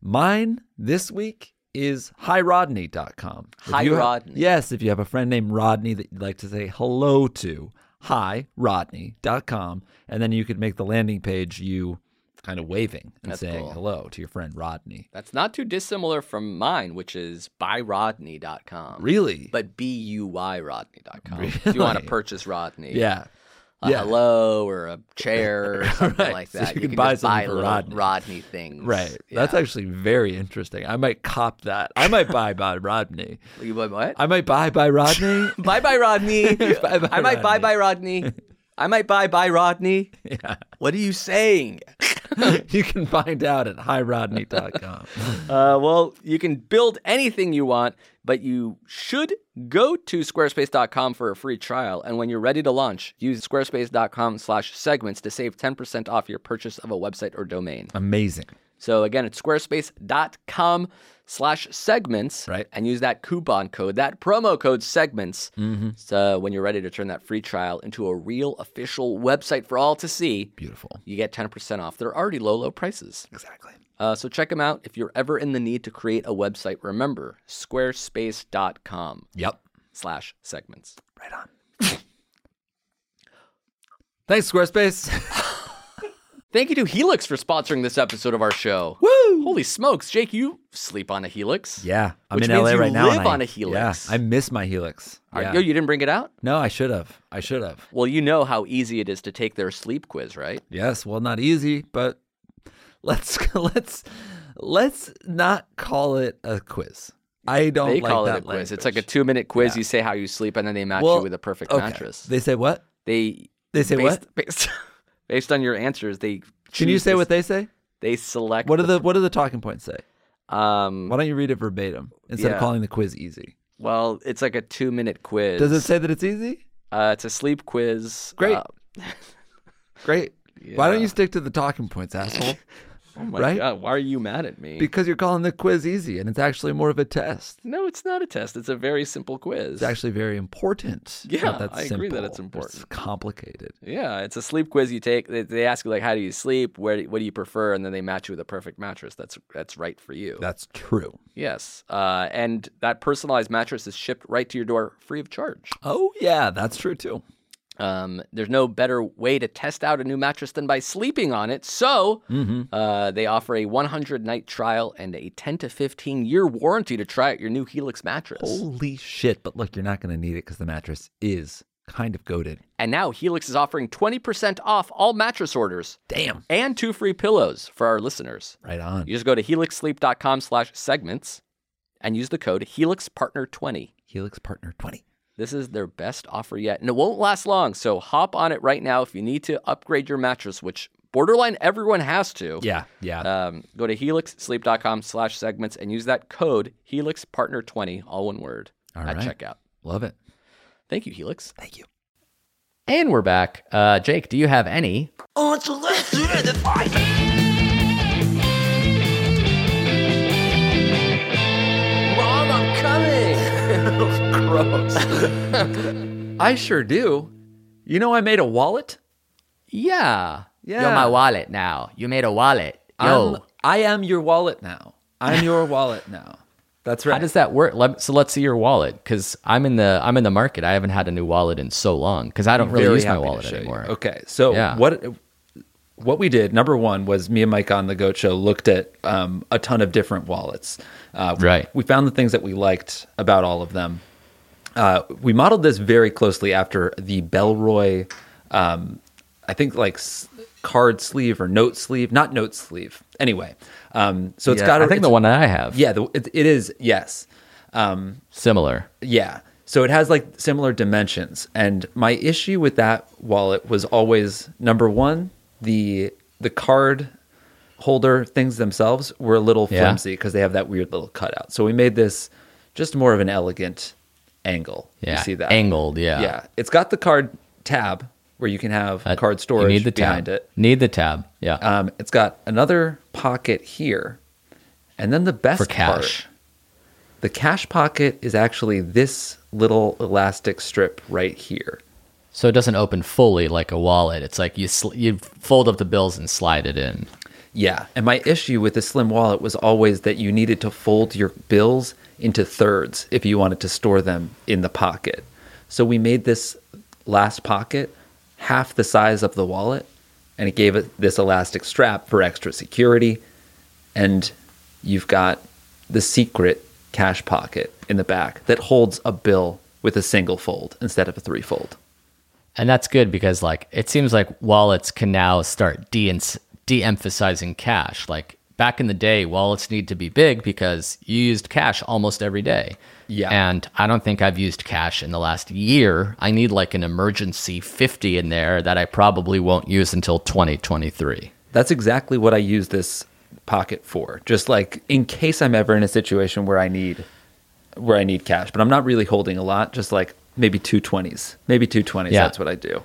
Mine this week is hirodney.com. If you have-
Hirodney.
Yes, if you have a friend named Rodney that you'd like to say hello to, hirodney.com. And then you could make the landing page you kind of waving and
That's
saying
cool.
hello to your friend Rodney.
That's not too dissimilar from mine, which is buyrodney.com.
Really?
But B U
[LAUGHS]
Y Rodney.com. If you want to
Really?
purchase Rodney,
yeah.
a
yeah.
hello or a
[LAUGHS]
chair or something
Right.
like
So
that.
you can buy
just
something
buy
for
little
Rodney.
Rodney things.
Right.
Yeah.
That's actually very interesting. I might cop that. I might buy by Rodney.
You buy what?
I might buy by
[LAUGHS]
Rodney.
bye bye Rodney.
Bye-bye,
I might [LAUGHS] bye
Rodney.
bye Rodney. [LAUGHS] I might bye bye Rodney. What are you [LAUGHS] saying?
you can find out at highrodney.com.
Uh, well, you can build anything you want, but you should go to squarespace.com for a free trial. And when you're ready to launch, use squarespace.com slash segments to save 10% off your purchase of a website or domain.
[LAUGHS] Amazing.
So again, it's squarespace.com slash segments.
Right.
And use that coupon code, that promo code segments.
Mm-hmm.
So when you're ready to turn that free trial into a real official website for all to see,
Beautiful.
you get 10% off. They're already low, low prices.
Exactly.
Uh, so check them out if you're ever in the need to create a website. Remember, squarespace.com
Yep.
slash segments.
Right on. Thanks, Squarespace.
Thank you to Helix for sponsoring this episode of our show.
Woo!
Holy smokes, Jake, you sleep on a
[LAUGHS]
Helix.
Yeah. I'm
Which
in
means
LA
you
right now. and
live
I-
on a Helix.
Yeah. I miss my Helix.
Are-
Yeah.
Yo, you didn't bring it out?
no, I should have. I should have.
Well, you know how easy it is to take their sleep quiz, right?
Yes. Well, not easy, but let's [LAUGHS] let's let's not call it a quiz. I don't
They
like
call it a
that
quiz. It's like a two minute quiz. You say how you sleep, and then they match you with a perfect
okay.
mattress.
They say what?
they
They say
based, [LAUGHS]
what?
Based, based on your answers, they
Can you
choose
say
this-
what they say?
they select.
What are the what do the talking points say?
um?
Why don't you read it verbatim instead
Yeah.
of calling the quiz easy?
Well, it's like a two minute quiz.
Does it say that it's easy?
Uh, it's a sleep quiz.
Great.
Uh,
Great. Why don't you stick to the talking points, [LAUGHS] asshole?
oh my
Right?
god, why are you mad at me?
because you're calling the quiz easy and it's actually more of a test.
no, it's not a test. It's a very simple quiz.
It's actually very important.
Yeah,
Not that
I agree that
simple.
it's important.
It's complicated.
yeah, it's a sleep quiz. You take. They, they ask you like, how do you sleep? Where? do- What do you prefer? And then they match you with a perfect mattress. That's that's right for you.
That's true.
yes. Uh, and that personalized mattress is shipped right to your door, free of charge.
Oh yeah, that's true too.
Um, there's no better way to test out a new mattress than by sleeping on it. So uh, they offer a 100 night trial and a 10 to 15 year warranty to try out your new Helix mattress.
Holy shit! But look, you're not going to need it because the mattress is kind of goaded.
And now Helix is offering 20% off all mattress orders
Damn.
and two free pillows for our listeners.
Right on.
You just go to helixsleep.com slash segments and use the code HelixPartner20.
Helix Partner 20.
This is their best offer yet, and it won't last long. So hop on it right now if you need to upgrade your mattress, which borderline everyone has to.
Yeah, yeah.
Um, go to helixsleep.com slash segments and use that code HelixPartner20, all one word,
All
at
right.
checkout.
Love it.
Thank you, Helix.
Thank you.
And we're back. Uh, Jake, do you have any? Mom, I'm coming.
I sure do. You know, I made a wallet.
Yeah.
Yeah.
You're my wallet now. You made a wallet. Yo.
I'm, I am your wallet now. I'm
[LAUGHS]
your wallet now. That's right.
how does that work? Let, so let's see your wallet, because I'm in the I'm in the market. I haven't had a new wallet in so long, because I don't really
Very
use my
happy to
wallet
show you.
anymore.
Okay, so
Yeah.
what what we did number one was me and Mike on the Goat Show looked at um, a ton of different wallets. Uh,
Right.
We found the things that we liked about all of them. Uh, we modeled this very closely after the Belroy, um, I think like s- card sleeve or note sleeve, not note sleeve. Anyway, um, so it's
Yeah,
got. a-
I think the
it's-
one that I have.
Yeah, the, it, it is. Yes.
Similar.
Yeah.
So it has like similar dimensions. And my issue with that wallet was always number one, the the card holder things themselves were a little
Yeah.
flimsy because they have that weird little cutout. So we made this just more of an elegant angle.
Yeah,
You see that?
angled, yeah.
Yeah. It's got the card tab where you can have
Uh,
card storage
You need the tab.
behind it.
Need the tab. Yeah.
Um, it's got another pocket here, and then the best
for cash.
part, the cash pocket is actually this little elastic strip right here.
So it doesn't open fully like a wallet. It's like you sl- you fold up the bills and slide it in.
Yeah, and my issue with the slim wallet was always that you needed to fold your bills into thirds if you wanted to store them in the pocket. So we made this last pocket half the size of the wallet, and it gave it this elastic strap for extra security. And you've got the secret cash pocket in the back that holds a bill with a single fold instead of a threefold.
And that's good because like it seems like wallets can now start de de-emphasizing cash. Like back in the day, wallets need to be big because you used cash almost every day.
Yeah.
And I don't think I've used cash in the last year. I need like an emergency 50 in there that I probably won't use until 2023.
That's exactly what I use this pocket for. Just like in case I'm ever in a situation where I need where I need cash, but I'm not really holding a lot, just like maybe 220s. Maybe 220s,
Yeah.
that's what I do.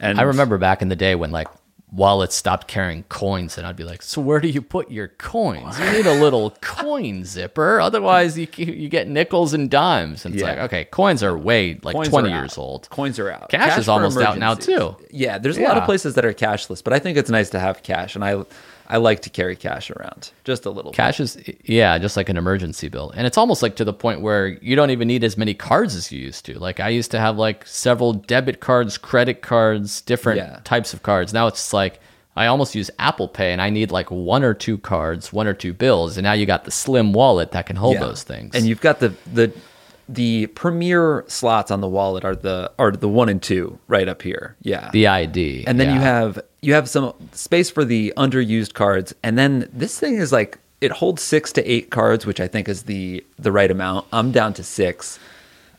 And
I remember back in the day when like wallets stopped carrying coins, and I'd be like, "So where do you put your coins? You need a
[LAUGHS]
little coin zipper, otherwise you you get nickels and dimes." And it's
Yeah.
like, okay, coins are way like
coins
twenty
are out.
years old.
Coins are out.
Cash is
for
almost out now,
emergencies.
too.
Yeah, there's a lot of
Yeah.
places that are cashless, but I think it's nice to have cash and I I like to carry cash around just a little. bit.
Cash is yeah, just like an emergency bill, and it's almost like to the point where you don't even need as many cards as you used to. Like I used to have like several debit cards, credit cards, different
Yeah.
types of cards. Now it's just like I almost use Apple Pay, and I need like one or two cards, one or two bills, and now you got the slim wallet that can hold
Yeah.
those things.
And you've got the the the premier slots on the wallet are the are the 1 and 2 right up here. Yeah.
the ID,
and then you
yeah.
have you have some space for the underused cards and then this thing is like it holds six to eight cards which i think is the the right amount i'm down to six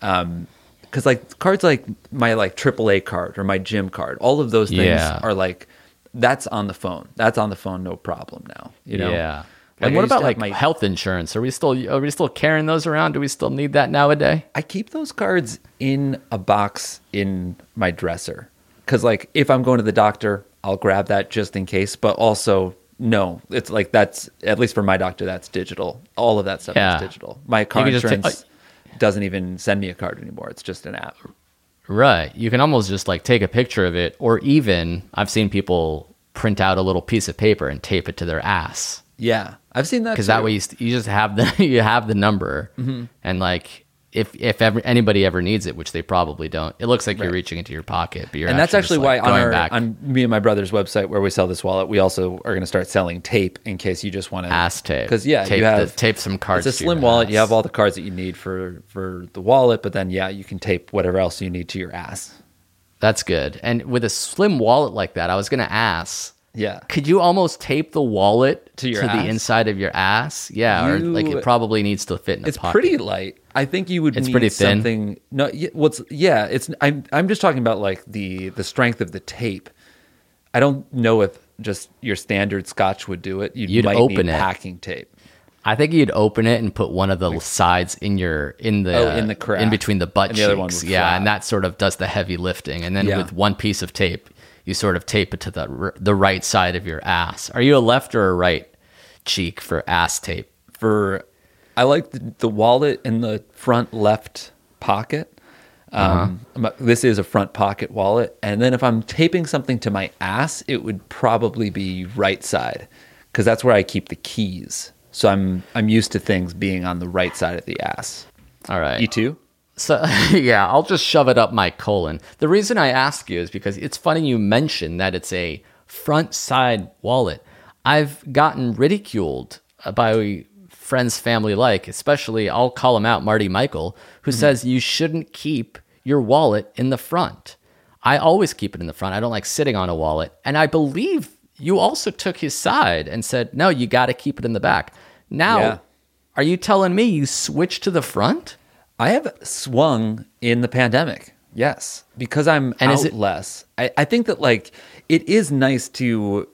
um because like cards like my like aaa card or my gym card all of those things
Yeah.
are like that's on the phone that's on the phone no problem now you know
yeah.
Like,
and
I
what
used
about
to have
like health insurance? Are we still are we still carrying those around? Do we still need that nowadays?
I keep those cards in a box in my dresser because, like, if I'm going to the doctor, I'll grab that just in case. But also, no, it's like that's at least for my doctor, that's digital. All of that stuff
Yeah.
is digital. My car
can just take-
insurance doesn't even send me a card anymore. It's just an app.
Right. You can almost just like take a picture of it, or even I've seen people print out a little piece of paper and tape it to their ass
Yeah, I've seen that
because
too.
that way you, st- you just have the [LAUGHS] you have the number
Mm-hmm.
and like if if ever, anybody ever needs it, which they probably don't, it looks like you're reaching into your pocket, but you're
and that's actually
actually just, like,
why on
going
our
back
on me and my brother's website where we sell this wallet, we also are going to start selling tape in case you just want to
ass tape
Because yeah,
tape,
you
the-
have
tape some cards.
It's a
to your
slim wallet. You
ass.
have all the cards that you need for for the wallet, but then yeah, you can tape whatever else you need to your ass.
That's good. And with a slim wallet like that, I was gonna ask.
Yeah.
Could you almost tape the wallet
To your
the
ass?
inside of your ass? Yeah, or like
You-
it probably needs to fit in a
It's
pocket.
pretty light. I think you would
It's
need
pretty thin.
something no y- what's yeah, it's I'm I'm just talking about like the the strength of the tape. I don't know if just your standard scotch would do it. You
You'd
might
open
need
it.
packing tape.
I think you'd open it and put one of the sides in your in the
Oh, in the crack.
in between the butt
And the
cheeks.
other one would
yeah,
flap.
and that sort of does the heavy lifting. And then
Yeah.
with one piece of tape, you sort of tape it to the r- the right side of your ass. Are you a left or a right cheek for ass tape?
for I like the, the wallet in the front left pocket. Um, I'm- This is a front pocket wallet, and then if I'm taping something to my ass, it would probably be right side because that's where I keep the keys. So I'm I'm used to things being on the right side of the ass.
All right.
You too?
So [LAUGHS] yeah, I'll just shove it up my colon. The reason I ask you is because it's funny you mentioned that it's a front side wallet. I've gotten ridiculed uh, by friends, family, like especially I'll call him out, Marty Michael, who says you shouldn't keep your wallet in the front. I always keep it in the front. I don't like sitting on a wallet, and I believe you also took his side and said no, you got to keep it in the back. Now,
Yeah.
are you telling me you switched to the front?
I have swung in the pandemic. Yes, because I'm
And
out
is it-
less. I, I think that like it is nice to.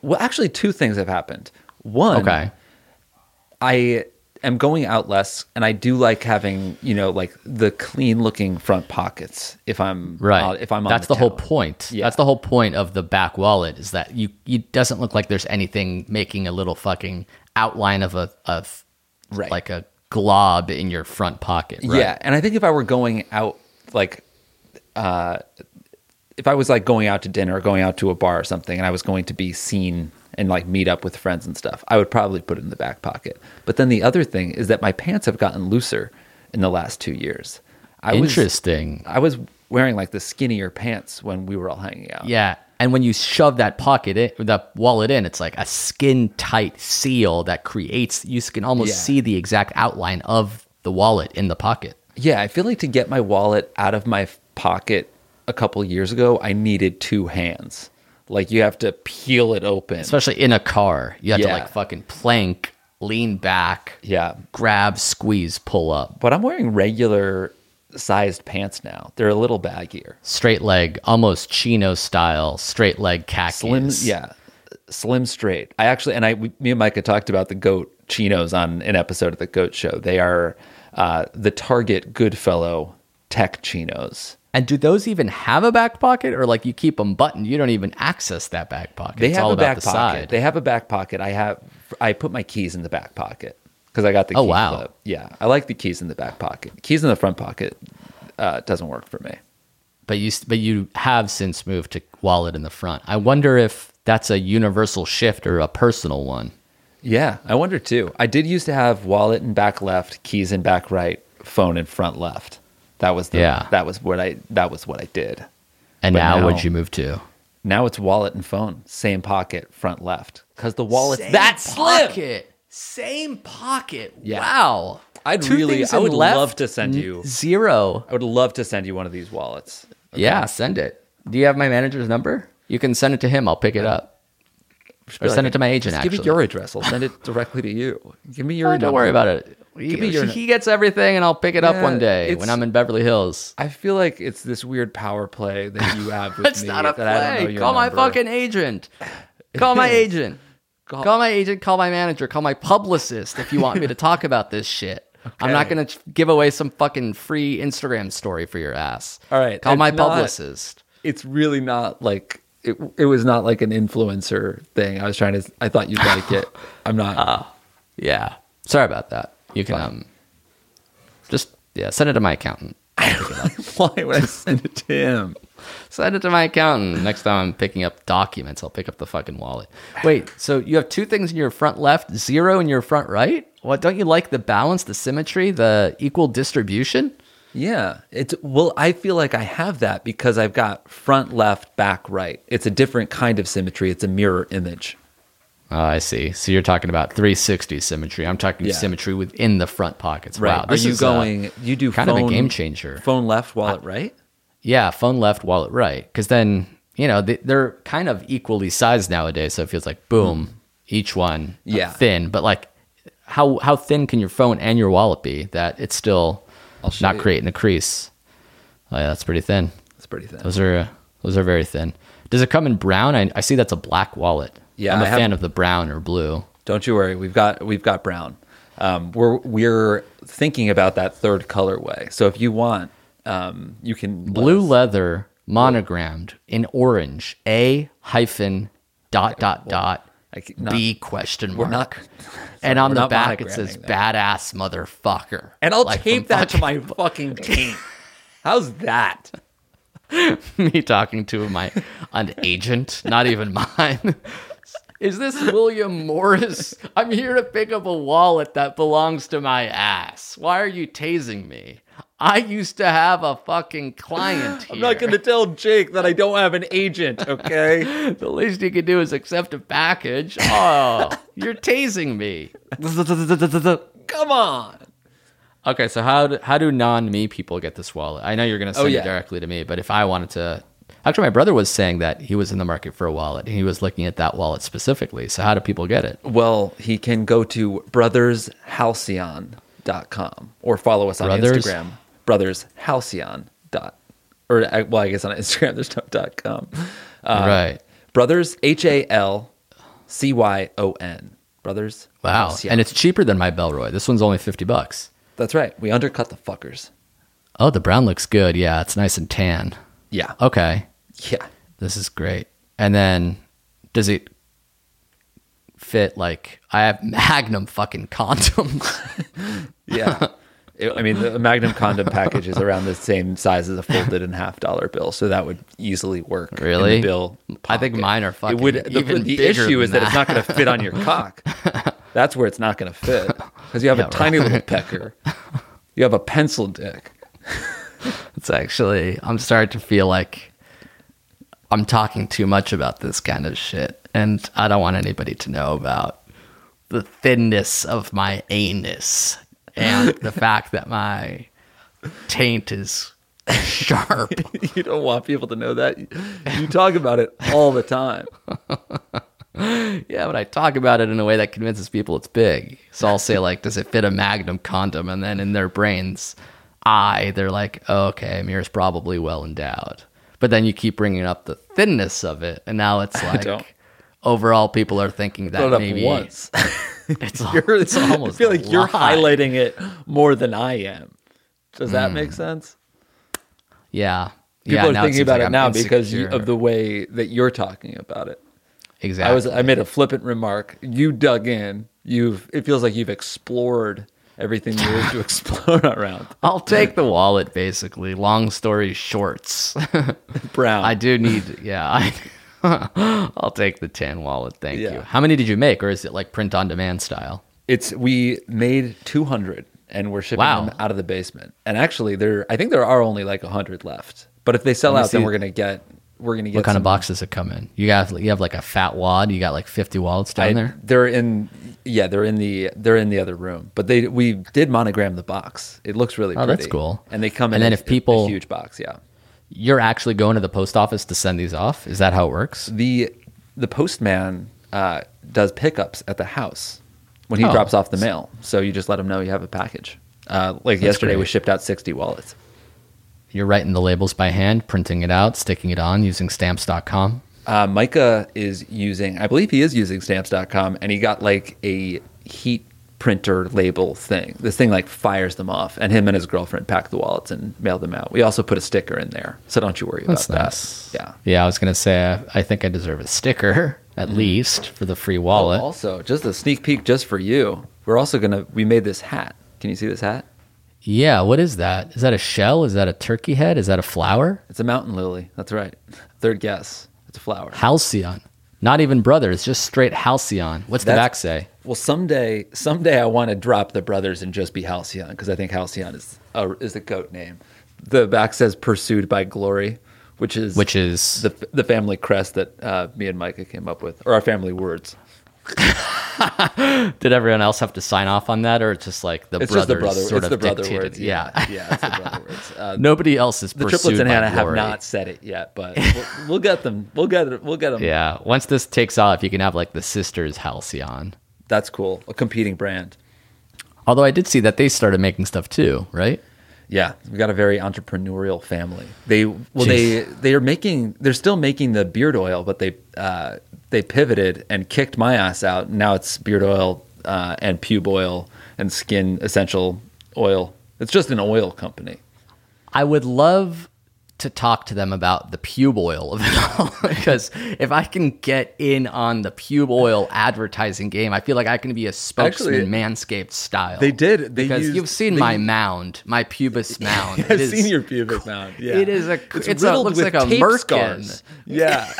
Well, actually, two things have happened. One,
Okay.
I am going out less, and I do like having you know like the clean looking front pockets. If I'm
Right.
out- Uh, if I'm on
That's the, whole
town.
point.
Yeah.
That's the whole point of the back wallet is that you it doesn't look like there's anything making a little fucking outline of a of
Right.
like a glob in your front pocket. Right?
Yeah, and I think if I were going out, like, uh, if I was like going out to dinner or going out to a bar or something, and I was going to be seen and like meet up with friends and stuff, I would probably put it in the back pocket. But then the other thing is that my pants have gotten looser in the last two years. I
Interesting.
Was, I was wearing like the skinnier pants when we were all hanging out.
yeah. And when you shove that pocket in, that wallet in, it's like a skin tight seal that creates. You can almost
Yeah.
see the exact outline of the wallet in the pocket.
Yeah, I feel like to get my wallet out of my f- pocket a couple years ago, I needed two hands. Like you have to peel it open.
especially in a car. You have to
Yeah.
like fucking plank, lean back,
yeah.
grab, squeeze, pull up,
but I'm wearing regular sized pants now. They're a little baggier.
straight leg, almost chino style, straight leg khakis.
Slim, yeah, slim straight. I actually, and I, we, me and Micah talked about the goat chinos on an episode of the goat show. They are uh, the Target Goodfellow tech chinos.
And do those even have a back pocket, or like you keep them buttoned? You don't even access that back pocket.
They
it's
have
all
a
about
back
the
pocket.
side.
They have a back pocket. I have, I put my keys in the back pocket because I got the.
Oh,
key
wow.
clip. Yeah, I like the keys in the back pocket. Keys in the front pocket uh, doesn't work for me.
but you, but you have since moved to wallet in the front. I wonder if that's a universal shift or a personal one.
Yeah, I wonder too. I did used to have wallet in back left, keys in back right, phone in front left. That was the,
Yeah.
That was what I. That was what I did.
And
But
now,
now-
what'd you move to?
Now it's wallet and phone, same pocket, front left, because the wallet's that slim.
Pocket. Same pocket.
Yeah.
Wow.
I'd
Two
really-
things
I
in
would
left,
love to send you-
n- zero.
I would love to send you one of these wallets.
Yeah, send it. Do you have my manager's number? You can send it to him. I'll pick it
Uh,
up. Or send it to my agent.
Just
actually,
give me your address. I'll send
[LAUGHS]
it directly to you. Give me your.
Oh, don't worry
number.
about it. He,
me your-
he gets everything, and I'll pick it up
Yeah,
one day
it's-
when I'm in Beverly Hills.
I feel like it's this weird power play that you have with
[LAUGHS] It's
me.
not a
that I don't know
play.
your
Call my
number.
fucking agent. Call [LAUGHS] my agent.
Call-
Call my agent. Call my manager. Call my publicist if you want [LAUGHS] me to talk about this shit. I'm not gonna give away some fucking free Instagram story for your ass.
All right,
Call
it's
my
not-
publicist.
it's really not like it, it was not like an influencer thing. I was trying to, I thought you'd like it. I'm
[LAUGHS]
not.
Ah. Yeah. Sorry about that. You can um just yeah, send it to my accountant.
[LAUGHS] Why would I send it to him?
Send it to my accountant. Next time I'm picking up documents, I'll pick up the fucking wallet. Wait, so you have two things in your front left, zero in your front right? What don't you like the balance, the symmetry, the equal distribution?
Yeah. It's, well, I feel like I have that because I've got front, left, back, right. It's a different kind of symmetry. It's a mirror image.
Oh, I see. So you're talking about 360 symmetry. I'm talking
Yeah.
symmetry within the front pockets. Wow.
Are
this
you
is, uh,
going, you do
kind of a
phone-
game changer.
Phone left, wallet right?
Yeah, phone left, wallet right. Because then you know they, they're kind of equally sized nowadays, so it feels like boom, each one uh,
Yeah.
thin. But like, how how thin can your phone and your wallet be that it's still
show
not
you.
creating a crease? Oh yeah, that's pretty thin.
That's pretty thin.
Those are uh, those are very thin. Does it come in brown? I, I see that's a black wallet.
Yeah,
I'm a
I have-
fan of the brown or blue.
Don't you worry. We've got we've got brown. Um, we're we're thinking about that third colorway. So if you want, um, you can let
Blue
us-
leather monogrammed in orange. A hyphen dot dot dot.
I c- not-
B question mark.
not- [LAUGHS]
and on
we're
the
not
back it says
monogramming
"badass motherfucker."
And I'll
Like
tape
from
that to
[LAUGHS]
my fucking team. How's that?
fucking- [LAUGHS] me talking to my an agent, not even mine. [LAUGHS] Is this William Morris? I'm here to pick up a wallet that belongs to my ass. Why are you tasing me? I used to have a fucking client [GASPS] here.
I'm not going to tell Jake that I don't have an agent,
[LAUGHS]
okay?
The least you can do is accept a package. Oh, you're tasing me.
Come on.
Okay, so how do, how do non me people get this wallet? I know you're going to send
Oh, yeah.
it directly to me, but if I wanted to, actually, my brother was saying that he was in the market for a wallet. and He was looking at that wallet specifically. So how do people get it?
Well, he can go to Brothers Halcyon brothershalcyon.com or follow us on
Brothers?
Instagram, brothershalcyon. Dot, or, uh, well, I guess on [LAUGHS] Instagram, there's no dot com. Uh,
right.
Brothers, H A L C Y O N. Brothers.
Wow.
Halcyon.
And it's cheaper than my Belroy. This one's only 50 bucks.
That's right. We undercut the fuckers.
Oh, the brown looks good. Yeah, it's nice and tan.
Yeah.
Okay.
Uh, Yeah.
This is great. And then does it fit like I have [LAUGHS] Magnum fucking condoms?
[LAUGHS]
[LAUGHS]
Yeah. It- I mean, the Magnum condom package is around the same size as a folded and half dollar bill, so that would easily work. in the
Really?
bill,
I think
pocket.
mine are fucking
It would. The,
even
the
bigger
issue is
than
that, it's not going to fit on [LAUGHS] your cock. That's where it's not going to fit because you have
Yeah,
a tiny little pecker. You have a pencil dick.
it's actually I'm starting to feel like I'm talking too much about this kind of shit, and I don't want anybody to know about the thinness of my anus and the fact that my taint is sharp.
[LAUGHS] You don't want people to know that. [LAUGHS] You talk about it all the time.
Yeah, but I talk about it in a way that convinces people it's big. So I'll say like, does it fit a Magnum condom? And then in their brains, I they're like, oh, okay, Amir's probably well endowed. But then you keep bringing up the thinness of it, and
[LAUGHS]
now it's
don't.
like overall people are thinking that
Brought it up [LAUGHS]
maybe
once.
it's, al-
You're-
it's almost.
I feel like you're
a lie.
highlighting it more than I am. Does that make sense?
Yeah,
People
yeah,
are
now
thinking
seems
about
like
it
I'm
Hmm. now because you,
insecure.
of the way that you're talking about it.
exactly.
I was I made a flippant remark. You dug in. You've it feels like you've explored everything there
[LAUGHS]
is to explore [LAUGHS] around
I'll take the wallet. Basically, long story shorts. [LAUGHS]
Brown.
I do need, yeah. I, [LAUGHS] I'll take the tan wallet. Thank
Yeah.
you. How many did you make, or is it like print on demand style?
It's we made 200 and we're shipping
Wow.
them out of the basement. And actually there I think there are only like 100 left. But if they sell
Let me
out then
see.
we're going to get we're going to get
What kind
some
of box does it come in? You got you have like a fat wad. You got like fifty wallets down
I-
there.
They're in yeah, they're in the they're in the other room. But they we did monogram the box. It looks really
Oh,
pretty.
that's cool.
And they come in
And then
a-
if people-
a huge box, yeah.
You're actually going to the post office to send these off. Is that how it works?
the the postman uh, does pickups at the house when he
Oh.
drops off the mail. So you just let him know you have a package. Uh, like yesterday, we
great.
shipped out sixty wallets.
You're writing the labels by hand, printing it out, sticking it on using stamps.com.
Uh, Micah is using, I believe he is using stamps.com, and he got like a heat printer label thing. This thing like fires them off, and him and his girlfriend pack the wallets and mail them out. We also put a sticker in there, so don't you worry
That's
about
nice.
that. Yeah.
Yeah, I was gonna say I, I think I deserve a sticker at
Mm-hmm.
least for the free wallet.
Also, just a sneak peek just for you. We're also gonna we made this hat. Can you see this hat?
Yeah, what is that? Is that a shell? Is that a turkey head? Is that a flower?
It's a mountain lily. That's right. Third guess. It's a flower.
Halcyon. Not even brothers, just straight Halcyon. What's the
That's-
back say?
Well, someday, someday I want to drop the brothers and just be Halcyon because I think Halcyon is uh, is the goat name. The back says pursued by glory, which is
Which is
the the family crest that uh, me and Micah came up with, or our family words.
did everyone else have to sign off on that, or it's just like the
It's
brothers
just the brother.
sort
it's
of
the brother
dictated?
words.
Yeah, [LAUGHS]
yeah, yeah, it's the brother words. Uh,
nobody else is.
the triplets and Hannah
Hannah
have not said it yet,
[LAUGHS]
but we'll, we'll get them. We'll get it. We'll get them.
Yeah, once this takes off, you can have like the sisters Halcyon.
that's cool. A competing brand.
Although I did see that they started making stuff too, right?
Yeah, we got a very entrepreneurial family. They well, they
Jeez.
they are making they're still making the beard oil, but they uh, they pivoted and kicked my ass out. Now it's beard oil uh, and pube oil and skin essential oil. It's just an oil company.
I would love to talk to them about the pube oil of it all [LAUGHS] because if I can get in on the pube oil advertising game, I feel like I can be a spokesman
Actually,
manscaped style.
they did. They
because
used-
you've seen
they-
my mound,
[LAUGHS]
my pubis mound.
I've
It is-
seen your pubic mound. Yeah,
It is a. It's, a,
riddled
looks
with
like a
tape
merkin. [LAUGHS]
scars. Yeah,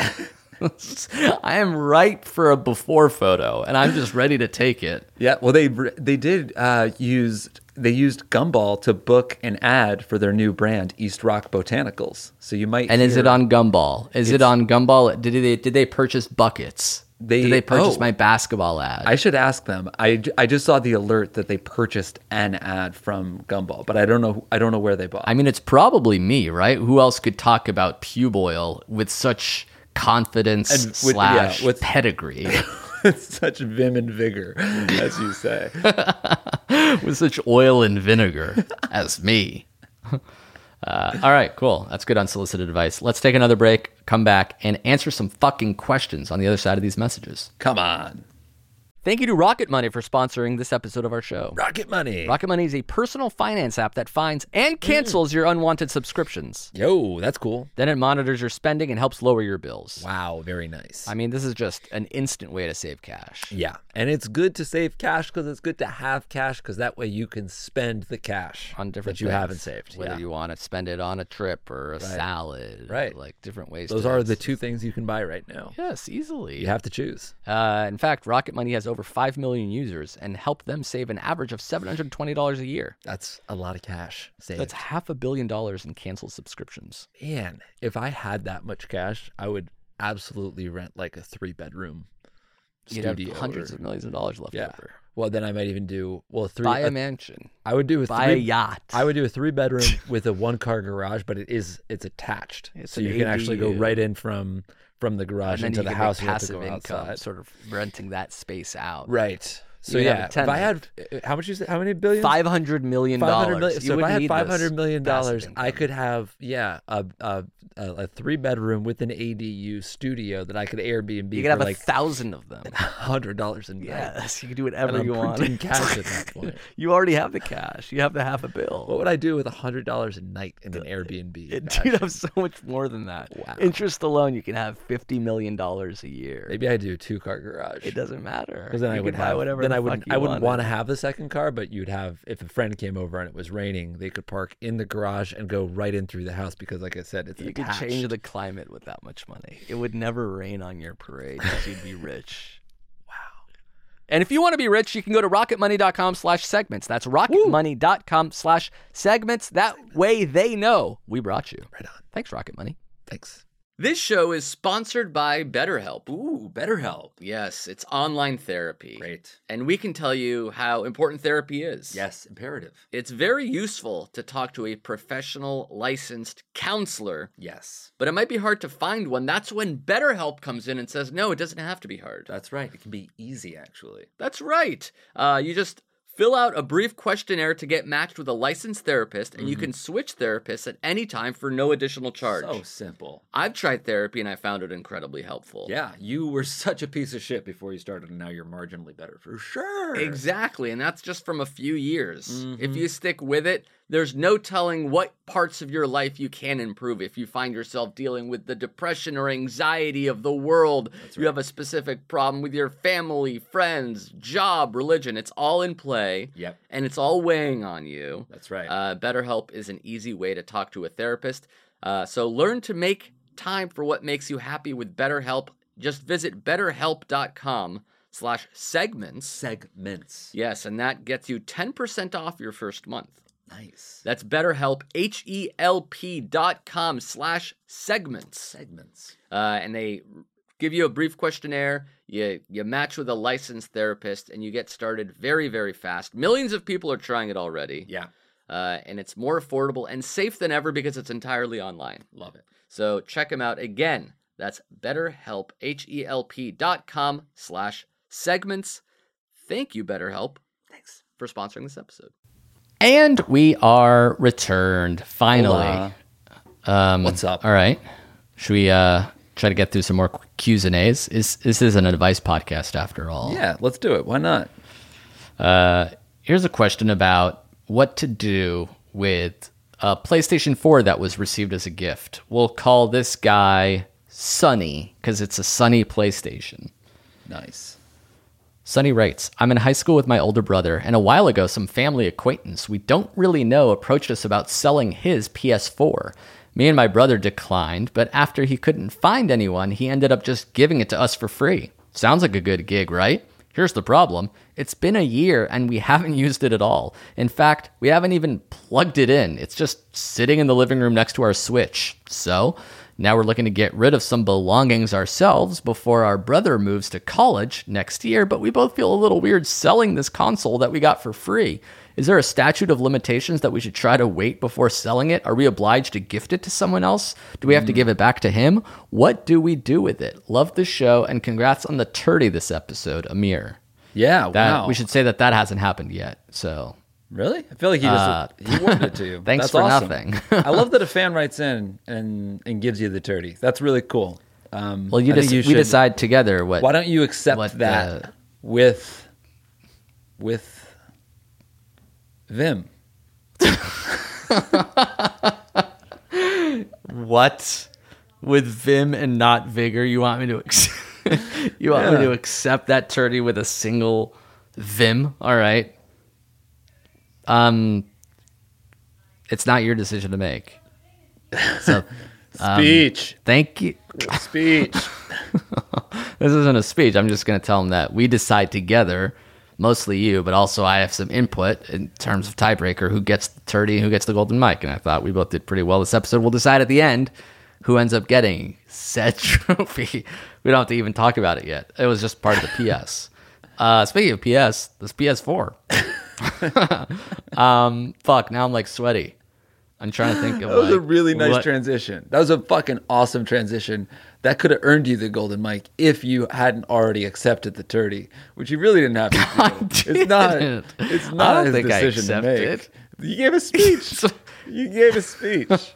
I am ripe for a before photo, and I'm just ready to take it.
yeah. Well, they they did uh, use they used Gumball to book an ad for their new brand, East Rock Botanicals. So you might
And is it
hear-
on Gumball? Is it on Gumball? Did they did they purchase buckets?
They-
did they purchase
oh.
my basketball ad?
I should ask them. I, I just saw the alert that they purchased an ad from Gumball, but I don't know I don't know where they bought.
I mean, it's probably me, right? Who else could talk about pube oil with such confidence
And with- yeah,
slash
with-
pedigree?
[LAUGHS]
[LAUGHS]
Such vim and vigor, as you
[LAUGHS]
say.
with such oil and vinegar
[LAUGHS]
as me. Uh, all right, cool. That's good unsolicited advice. Let's take another break, come back, and answer some fucking questions on the other side of these messages.
Come on.
Thank you to Rocket Money for sponsoring this episode of our show.
Rocket money.
Rocket Money is a personal finance app that finds and
Mm.
cancels your unwanted subscriptions.
Yo, that's cool.
Then it monitors your spending and helps lower your bills.
Wow, very nice.
I mean, this is just an instant way to save cash.
yeah. And it's good to save cash because it's good to have cash because that way you can spend the cash
on different
that you
things,
haven't saved.
Whether
Yeah.
you want to spend it on a trip or a salad, or,
Right.
Like different ways.
Those
to-
are the two things you can buy right now.
yes, easily.
You have to choose.
Uh, in fact, Rocket Money has over five million users and helped them save an average of seven hundred twenty dollars a year.
That's a lot of cash saved.
That's half a billion dollars in canceled subscriptions.
Man, if I had that much cash, I would absolutely rent like a three bedroom
You'd have
studio.
hundreds
or-
of millions of dollars left
yeah.
over.
Well, then I might even do well three.
Buy
a-
a mansion.
I would do a
Buy
three,
a yacht.
I would do a three bedroom
[LAUGHS]
with a one car garage, but it is it's attached,
It's
so
an
you can actually go
ADU.
right in from from the garage
and
into
then you
the
can
house.
make
you don't have to
passive
go
income,
outside.
sort of renting that space out.
right. So
You'd have a
yeah, if I had uh,
tenant.
how much you say, how many billions?
Five hundred million
$500
dollars.
million. So if I had five hundred million dollars, I could have yeah a a, a, a three bedroom with an ADU studio that I could Airbnb
You
for
could have
like
a thousand
[LAUGHS]
of them.
hundred dollars a night.
Yes, you can do whatever
and I'm
you
printing
[LAUGHS] want.
cash at that point.
You already have the cash. You have the half a
What
bill.
would I do with hundred dollars a night in
[LAUGHS]
an Airbnb? fashion?
You'd have so much more than that.
Wow.
Interest alone, you can have fifty million dollars a year.
Maybe I do a two car garage.
It doesn't matter.
Because then
you
I would
can buy
have,
whatever.
Then
the
I wouldn't.
fuck you
I wouldn't want
wanted.
to have the second car, but you'd have if a friend came over and it was raining, they could park in the garage and go right in through the house because, like I said, it's
You could
attached.
change the climate with that much money. It would never rain on your parade because you'd be rich. [LAUGHS] Wow. And if you want to be rich, you can go to rocketmoney.com slash segments. That's rocketmoney.com slash segments. That way they know we brought you.
right on.
Thanks, Rocket Money.
Thanks.
This show is sponsored by BetterHelp. Ooh, BetterHelp. Yes, it's online therapy.
Great.
And we can tell you how important therapy is.
Yes, imperative.
It's very useful to talk to a professional, licensed counselor,
Yes,
but it might be hard to find one. That's when BetterHelp comes in and says, no, it doesn't have to be hard.
that's right. It can be easy actually.
That's right. Uh, you just fill out a brief questionnaire to get matched with a licensed therapist, and you can switch therapists at any time for no additional charge.
simple.
I've tried therapy and I found it incredibly helpful.
Yeah, you were such a piece of shit before you started, and now you're marginally better for sure. Mm-hmm.
Exactly, and that's just from a few years. If you stick with it, there's no telling what parts of your life you can improve. If you find yourself dealing with the depression or anxiety of the world, you have a specific problem with your family, friends, job, religion, it's all in play.
Yep.
And it's all weighing on you.
That's right.
Uh, BetterHelp is an easy way to talk to a therapist. Uh, so learn to make time for what makes you happy with BetterHelp. Just visit betterhelp.com slash segments.
Segments.
Yes, and that gets you 10% off your first month.
Nice.
That's BetterHelp, H-E-L-P dot com slash segments.
Segments.
Uh, and they give you a brief questionnaire. You you match with a licensed therapist, and you get started very very fast. Millions of people are trying it already.
Yeah.
Uh, and it's more affordable and safe than ever because it's entirely online.
Love it.
So check them out again. That's BetterHelp H E L P dot com slash segments. Thank you, BetterHelp. Thanks for sponsoring this episode. And we are returned finally. Um,
What's up?
All right, should we uh, try to get through some more Q's and A's? Is this is an advice podcast after all?
Yeah, let's do it. Why not?
Uh, Here's a question about what to do with a PlayStation 4 that was received as a gift. We'll call this guy Sunny because it's a Sunny PlayStation.
Nice.
Sunny writes, I'm in high school with my older brother, and a while ago, some family acquaintance we don't really know approached us about selling his PS4. Me and my brother declined, but after he couldn't find anyone, he ended up just giving it to us for free. Sounds like a good gig, right? Here's the problem it's been a year and we [LAUGHS] haven't used it at all. In fact, we haven't even plugged it in. It's just sitting in the living room next to our Switch. So, now we're looking to get rid of some belongings ourselves before our brother moves to college next year, but we both feel a little weird selling this console that we got for free. Is there a statute of limitations that we should try to wait before selling it? Are we obliged to gift it to someone else? Do we have to
Mm.
give it back to him? What do we do with it? Love the show and congrats on the turdy this episode, Amir.
Yeah,
That
wow.
we should say that that hasn't happened yet. So
Really? I feel like he just he warned it to you.
Uh, [LAUGHS] thanks
That's
for
awesome.
nothing.
I
[LAUGHS]
love that a fan writes in and and gives you the turdy. That's really cool. Um,
well, you,
I think
just we
should-
decide together what.
Why don't you accept
what
that
the-
with with Vim?
what with vim and not vigor you want me to ex- [LAUGHS] you want me to accept that turdy with a single vim all right um it's not your decision to make so [LAUGHS] Um,
Speech,
thank you
speech.
this isn't a speech i'm just going to tell them that we decide together mostly you but also i have some input in terms of tiebreaker who gets the turdy and who gets the golden mic and i thought we both did pretty well this episode we'll decide at the end who ends up getting said [LAUGHS] trophy we don't have to even talk about it yet it was just part of the ps [LAUGHS] uh, speaking of ps this ps4 [LAUGHS] um, fuck now i'm like sweaty i'm trying to think
[LAUGHS]
of
That was a
like,
really nice
what-
transition. That was a fucking awesome transition. That could have earned you the golden mic if you hadn't already accepted the turdy, which you really didn't have
[LAUGHS]
to do. It's not.
didn't.
It's
I
not
don't
his
think I
decision to
accepted.
make. You gave a speech.
[LAUGHS]
you gave a speech.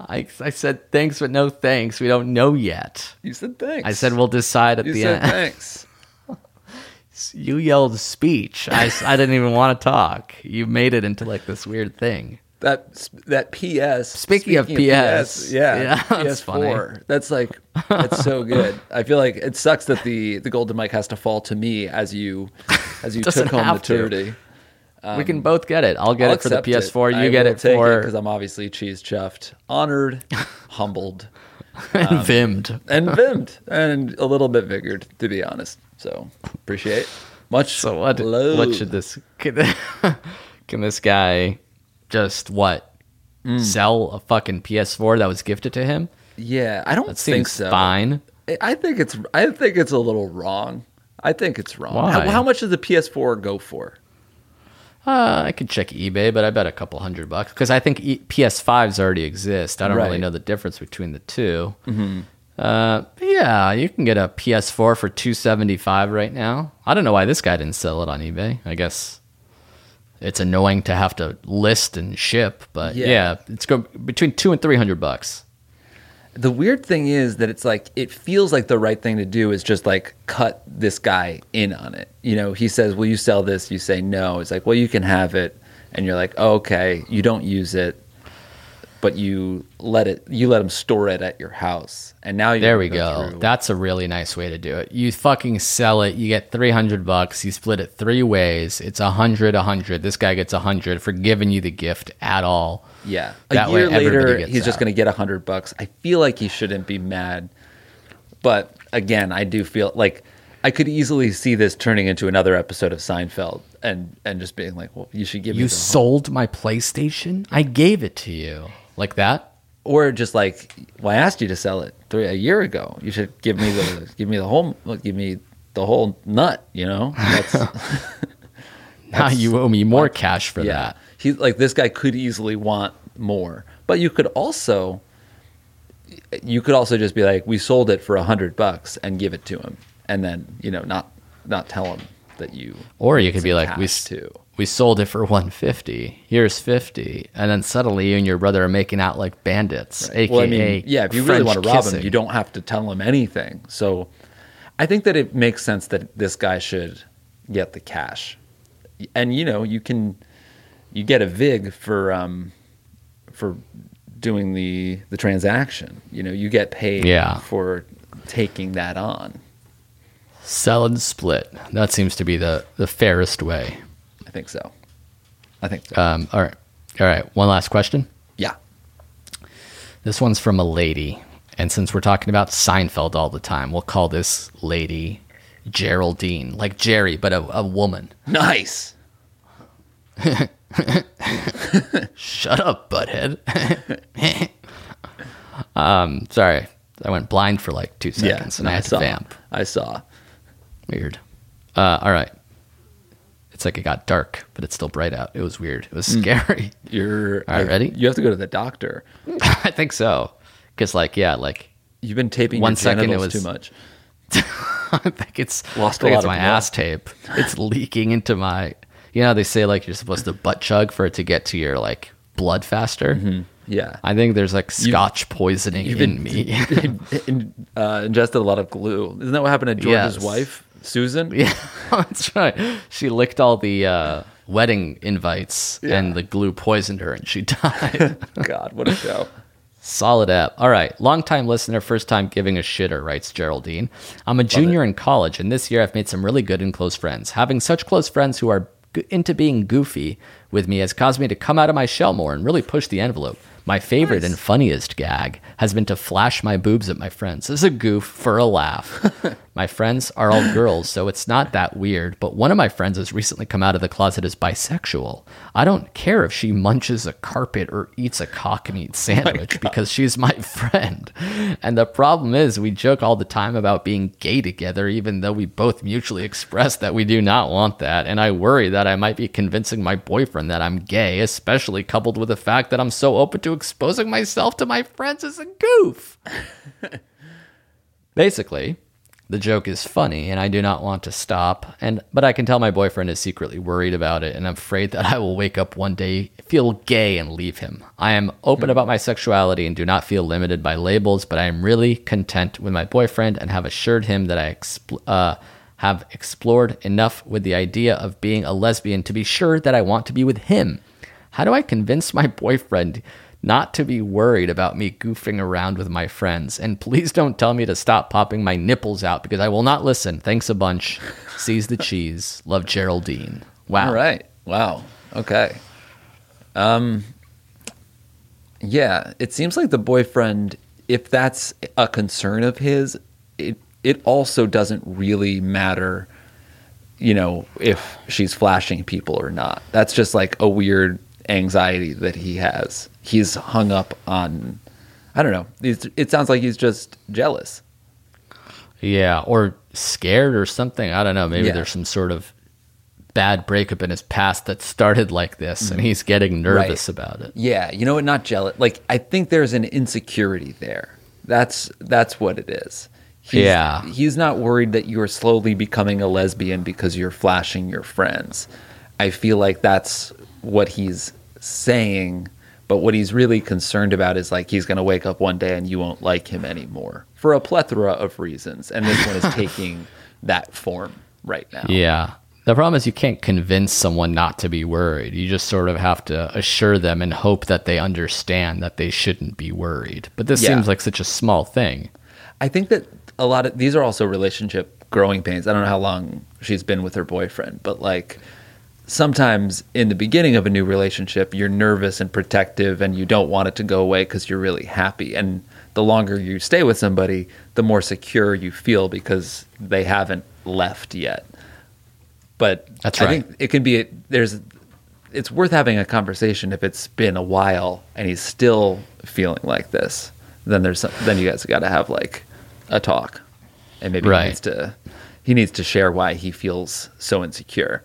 I, I said thanks but no thanks we don't know yet
You said thanks.
I said we'll decide at
You
the
said
end. [LAUGHS]
thanks.
You yelled speech. I, s- I didn't even want to talk. You made it into like this weird thing.
That that PS.
Speaking of PS,
yeah,
yeah, [LAUGHS] that's
PS4. That's like that's so good. I feel like it sucks that the the golden mic has to fall to me as you as you
[LAUGHS] Doesn't
took home the
have to.
turdy.
we can both get it. I'll get
Um, I'll
it for the
accept
PS4. You
I
get
will
it
take
for
because I'm obviously cheese chuffed,
[LAUGHS]
honored, humbled, um,
Vimmed.
and vimmed, and a little bit vigored, to be honest. So appreciate it. much.
So what?
love.
What should this? Can, [LAUGHS] can this guy just what?
Mm.
Sell a fucking PS4 that was gifted to him?
Yeah, I don't
That
think
seems
so.
fine.
I- I think it's I think it's a little wrong. I think it's wrong.
Why?
How, how much does the PS4 go for?
Uh, I could check eBay, but I bet a couple hundred bucks because I think e- PS5s already exist. I don't really
Right.
know the difference between the 2 Uh, but yeah, you can get a PS4 for two seventy five right now. I don't know why this guy didn't sell it on eBay. I guess it's annoying to have to list and ship, but yeah,
Yeah.
it's go between two and three hundred bucks.
The weird thing is that it's like it feels like the right thing to do is just like cut this guy in on it. You know, he says, "Will you sell this?" You say no. It's like, "Well, you can have it," and you're like, oh, "Okay." You don't use it, but you let it. You let him store it at your house, and now you
There we go.
through-
That's a really nice way to do it. You fucking sell it. You get 300 bucks. You split it three ways. It's 100, 100. This guy gets 100 for giving you the gift at all.
yeah.
That
a
way
year later,
everybody gets
he's just
out.
going to get a hundred bucks. I feel like he shouldn't be mad, but again, I do feel like I could easily see this turning into another episode of Seinfeld, and and just being like, "Well, you should give me
You
the
sold my PlayStation? I gave it to you. Like that?
or just like, well, I asked you to sell it three a year ago. You should give me the give me the whole give me the whole nut. You know, that's,
Now you owe me more cash for
yeah.
that.
He like this guy could easily want more, but you could also you could also just be like, we sold it for a hundred bucks and give it to him, and then you know not not tell him that you
Or you could be like,
cash
we, s-
too.
we sold it for 150. Here's 50. And then suddenly you and your brother are making out like bandits, aka
well, I mean, yeah, if you really
French
want to rob him,
kissing.
you don't have to tell him anything. So I think that it makes sense that this guy should get the cash. And you know, you can you get a vig for um for doing the the transaction. You know, you get paid
Yeah.
for taking that on.
Sell and split. That seems to be the, the fairest way.
I think so. I think so.
Um, all right. All right. One last question.
yeah.
This one's from a lady. And since we're talking about Seinfeld all the time, we'll call this lady Geraldine, like Jerry, but a, a woman.
Nice.
Shut up, butthead. [LAUGHS] um, sorry. I went blind for like two seconds and I had to
saw.
vamp.
I saw.
Weird. Uh, all right. It's like it got dark, but it's still bright out. It was weird. It was scary.
You're
All right, ready?
You have to go to the doctor.
[LAUGHS] I think so. Because like yeah, like [LAUGHS]
You've been taping
One
your
second it
genitals
was-
too much.
I think it's
Lost
I think
a lot
it's
of
my
blood.
ass tape. It's leaking into my. You know how they say like you're supposed to butt chug for it to get to your like blood faster.
Yeah.
I think there's like scotch poisoning
Mm-hmm. You've
in
been
me.
[LAUGHS] in, in- uh, ingested a lot of glue. Isn't that what happened to George's
Yes.
wife, Susan?
[LAUGHS] yeah, that's right. She licked all the uh, wedding invites, and the glue poisoned her, and she [LAUGHS] died.
God, what a
[LAUGHS]
show.
Solid app. All right. Longtime listener, first time giving a shitter, writes Geraldine. I'm a junior in college, and this year I've made some really good and close friends. Having such close friends who are g- into being goofy with me has caused me to come out of my shell more and really push the envelope. My favorite and funniest gag has been to flash my boobs at my friends. This is a goof for a laugh. my friends are all girls, so it's not that weird, but one of my friends has recently come out of the closet as bisexual. I don't care if she munches a carpet or eats a cock and meat sandwich because she's my friend. And the problem is, we joke all the time about being gay together, even though we both mutually express that we do not want that. And I worry that I might be convincing my boyfriend that I'm gay, especially coupled with the fact that I'm so open to exposing myself to my friends as a goof. Basically, the joke is funny and I do not want to stop and but I can tell my boyfriend is secretly worried about it and I'm afraid that [LAUGHS] I will wake up one day feel gay and leave him. I am open about my sexuality and do not feel limited by labels, but I am really content with my boyfriend and have assured him that I expl- uh, have explored enough with the idea of being a lesbian to be sure that I want to be with him. How do I convince my boyfriend not to be worried about me goofing around with my friends? And please don't tell me to stop popping my nipples out because I will not listen. Thanks a bunch. Seize the cheese. Love Geraldine. Wow.
All right. Wow. Okay. Um yeah, it seems like the boyfriend if that's a concern of his, it it also doesn't really matter you know if she's flashing people or not. That's just like a weird anxiety that he has. He's hung up on I don't know. It's, it sounds like he's just jealous.
Yeah. Or scared or something. I don't know. Maybe
Yeah.
there's some sort of bad breakup in his past that started like this
Mm-hmm.
and he's getting nervous about it.
Yeah, you know what? Not jealous. Like I think there's an insecurity there. That's that's what it is. He's,
Yeah.
he's not worried that you are slowly becoming a lesbian because you're flashing your friends. I feel like that's what he's saying, but what he's really concerned about is like he's going to wake up one day and you won't like him anymore for a plethora of reasons, and this one is taking that form right now.
Yeah. The problem is you can't convince someone not to be worried. You just sort of have to assure them and hope that they understand that they shouldn't be worried. But this
Yeah.
seems like such a small thing.
I think that a lot of these are also relationship growing pains. I don't know how long she's been with her boyfriend, but like sometimes in the beginning of a new relationship, you're nervous and protective and you don't want it to go away because you're really happy. And the longer you stay with somebody, the more secure you feel because they haven't left yet. But
That's
I
right.
think it can be there's it's worth having a conversation if it's been a while and he's still feeling like this. Then there's some, then you guys got to have like a talk, and maybe
Right.
he needs to he needs to share why he feels so insecure.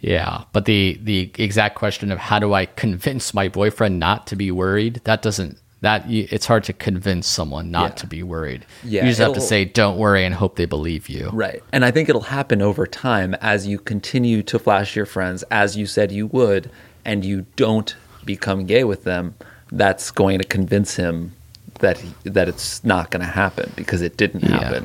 Yeah, but the the exact question of how do I convince my boyfriend not to be worried? That doesn't that y- it's hard to convince someone not
Yeah.
to be worried.
Yeah,
you just have to
it'll-
say don't worry and hope they believe you.
Right. And I think it'll happen over time as you continue to flash your friends as you said you would and you don't become gay with them, that's going to convince him that he, that it's not going to happen because it didn't happen.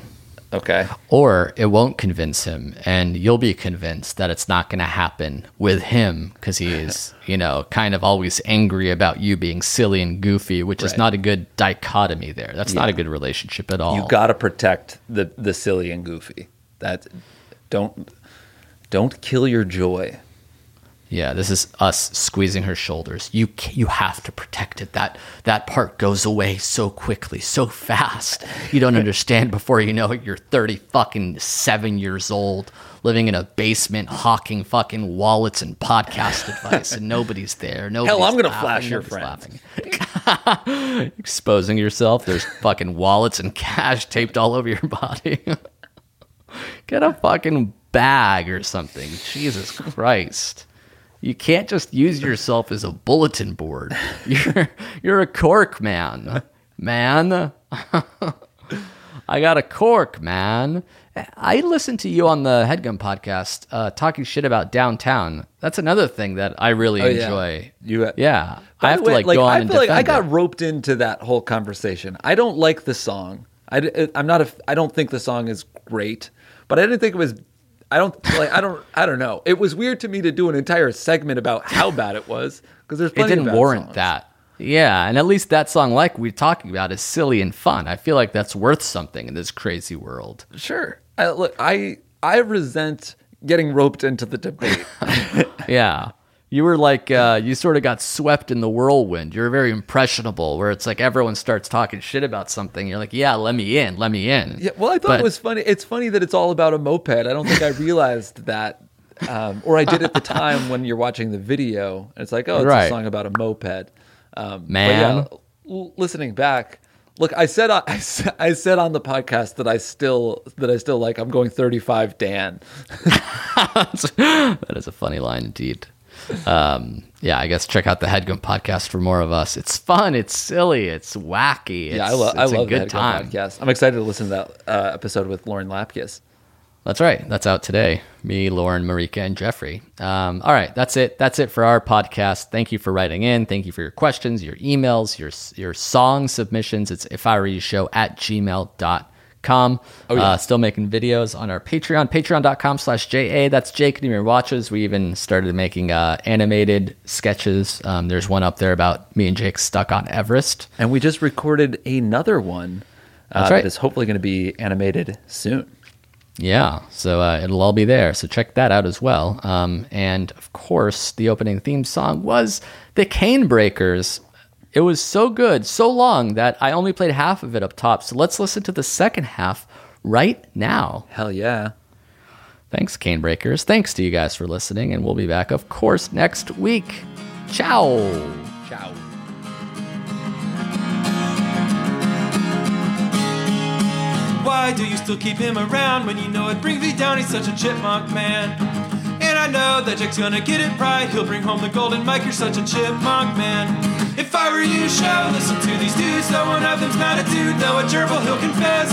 Okay.
Or it won't convince him, and you'll be convinced that it's not going to happen with him because he
[LAUGHS]
is, you know, kind of always angry about you being silly and goofy, which is
Right.
not a good dichotomy there. That's not a good relationship at all.
You got to protect the the silly and goofy. That don't don't kill your joy.
Yeah, this is us squeezing her shoulders. You ca- you have to protect it. That that part goes away so quickly, so fast. You don't understand. Before you know it, you're thirty fucking seven years old, living in a basement, hawking fucking wallets and podcast advice, and nobody's
[LAUGHS]
there. Nobody's
I'm gonna
laughing,
flash your
nobody's laughing. [LAUGHS] Exposing yourself. There's [LAUGHS] fucking wallets and cash taped all over your body. Get a fucking bag or something. Jesus Christ. You can't just use yourself as a bulletin board. [LAUGHS] You're you're a cork man. Man. [LAUGHS] I got a cork, man. I listened to you on the Headgum podcast uh, talking shit about downtown. That's another thing that I really
Oh, yeah.
enjoy.
You-
Oh, yeah.
By
I have
the way,
to like, go on
I
and
feel like I
defend it.
got roped into that whole conversation. I don't like the song. I, d- I'm not a. I don't think the song is great, but I didn't think it was. I don't like. I don't. I don't know. It was weird to me to do an entire segment about how bad it was because there's.
it
Plenty of
didn't
bad
warrant
songs.
that. Yeah, and at least that song, like we're talking about, is silly and fun. I feel like that's worth something in this
[LAUGHS]
crazy world.
Sure. I, look, I I resent getting roped into the
[LAUGHS]
debate.
Yeah. You were like, uh, you sort of got swept in the whirlwind. You're very impressionable, where it's like everyone starts talking shit about something. You're like, yeah, let me in, let me in.
Yeah, well, I thought
But-
it was funny. It's funny that it's all about a moped. I don't think I realized that, um, or I did at the time when you're watching the video. And it's like, oh, it's
Right.
a song about a moped. Um,
Man.
but yeah, l- listening back, look, I [LAUGHS] said on, I said, I said on the podcast that I still that I still like. I'm going 35, Dan.
[LAUGHS] that is a funny line indeed. Um, yeah, I guess check out the Headgum podcast for more of us. It's fun, it's silly, it's wacky. It's,
yeah, I, lo-
it's
I love
a
the
good
Headgum
time.
podcast. I'm excited to listen to that uh, episode with Lauren Lapkus.
That's right. That's out today. Me, Lauren, Marika, and Jeffrey. Um, all right, that's it. That's it for our podcast. Thank you for writing in. Thank you for your questions, your emails, your your song submissions. It's if I were you show at gmail.com. Oh, uh, still making videos on our Patreon, patreon.com slash JA. That's Jake Near Watches. We even started making uh, animated sketches. Um, there's one up there about me and Jake stuck on Everest.
And we just recorded another one uh,
That's right.
that is hopefully going to be animated soon.
Yeah, so uh, it'll all be there. So check that out as well. Um, and of course, the opening theme song was the Cane Breakers. It was so good, so long that I only played half of it up top. So let's listen to the second half right now.
Hell yeah.
Thanks, Cane Breakers. Thanks to you guys for listening, and we'll be back, of course, next week. Ciao.
Ciao.
Why do you still keep him around when you know it brings me down? He's such a chipmunk man. And I know that Jack's gonna get it right. He'll bring home the golden mic. You're such a chipmunk man. If I were you, show listen to these dudes. Though one of them's not a dude, though a gerbil, he'll confess.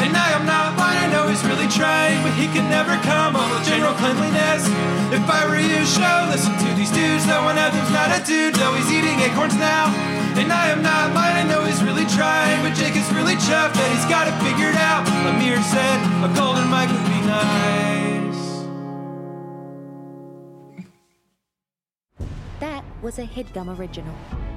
And I am not one. I know he's really trying, but he can never come up with general cleanliness. If I were you, show listen to these dudes. Though one of them's not a dude, though he's eating acorns now. And I am not mine. I know he's really trying, but Jake is really chuffed that he's got it figured out. Amir said a golden mic would be nice.
That was a headgum original.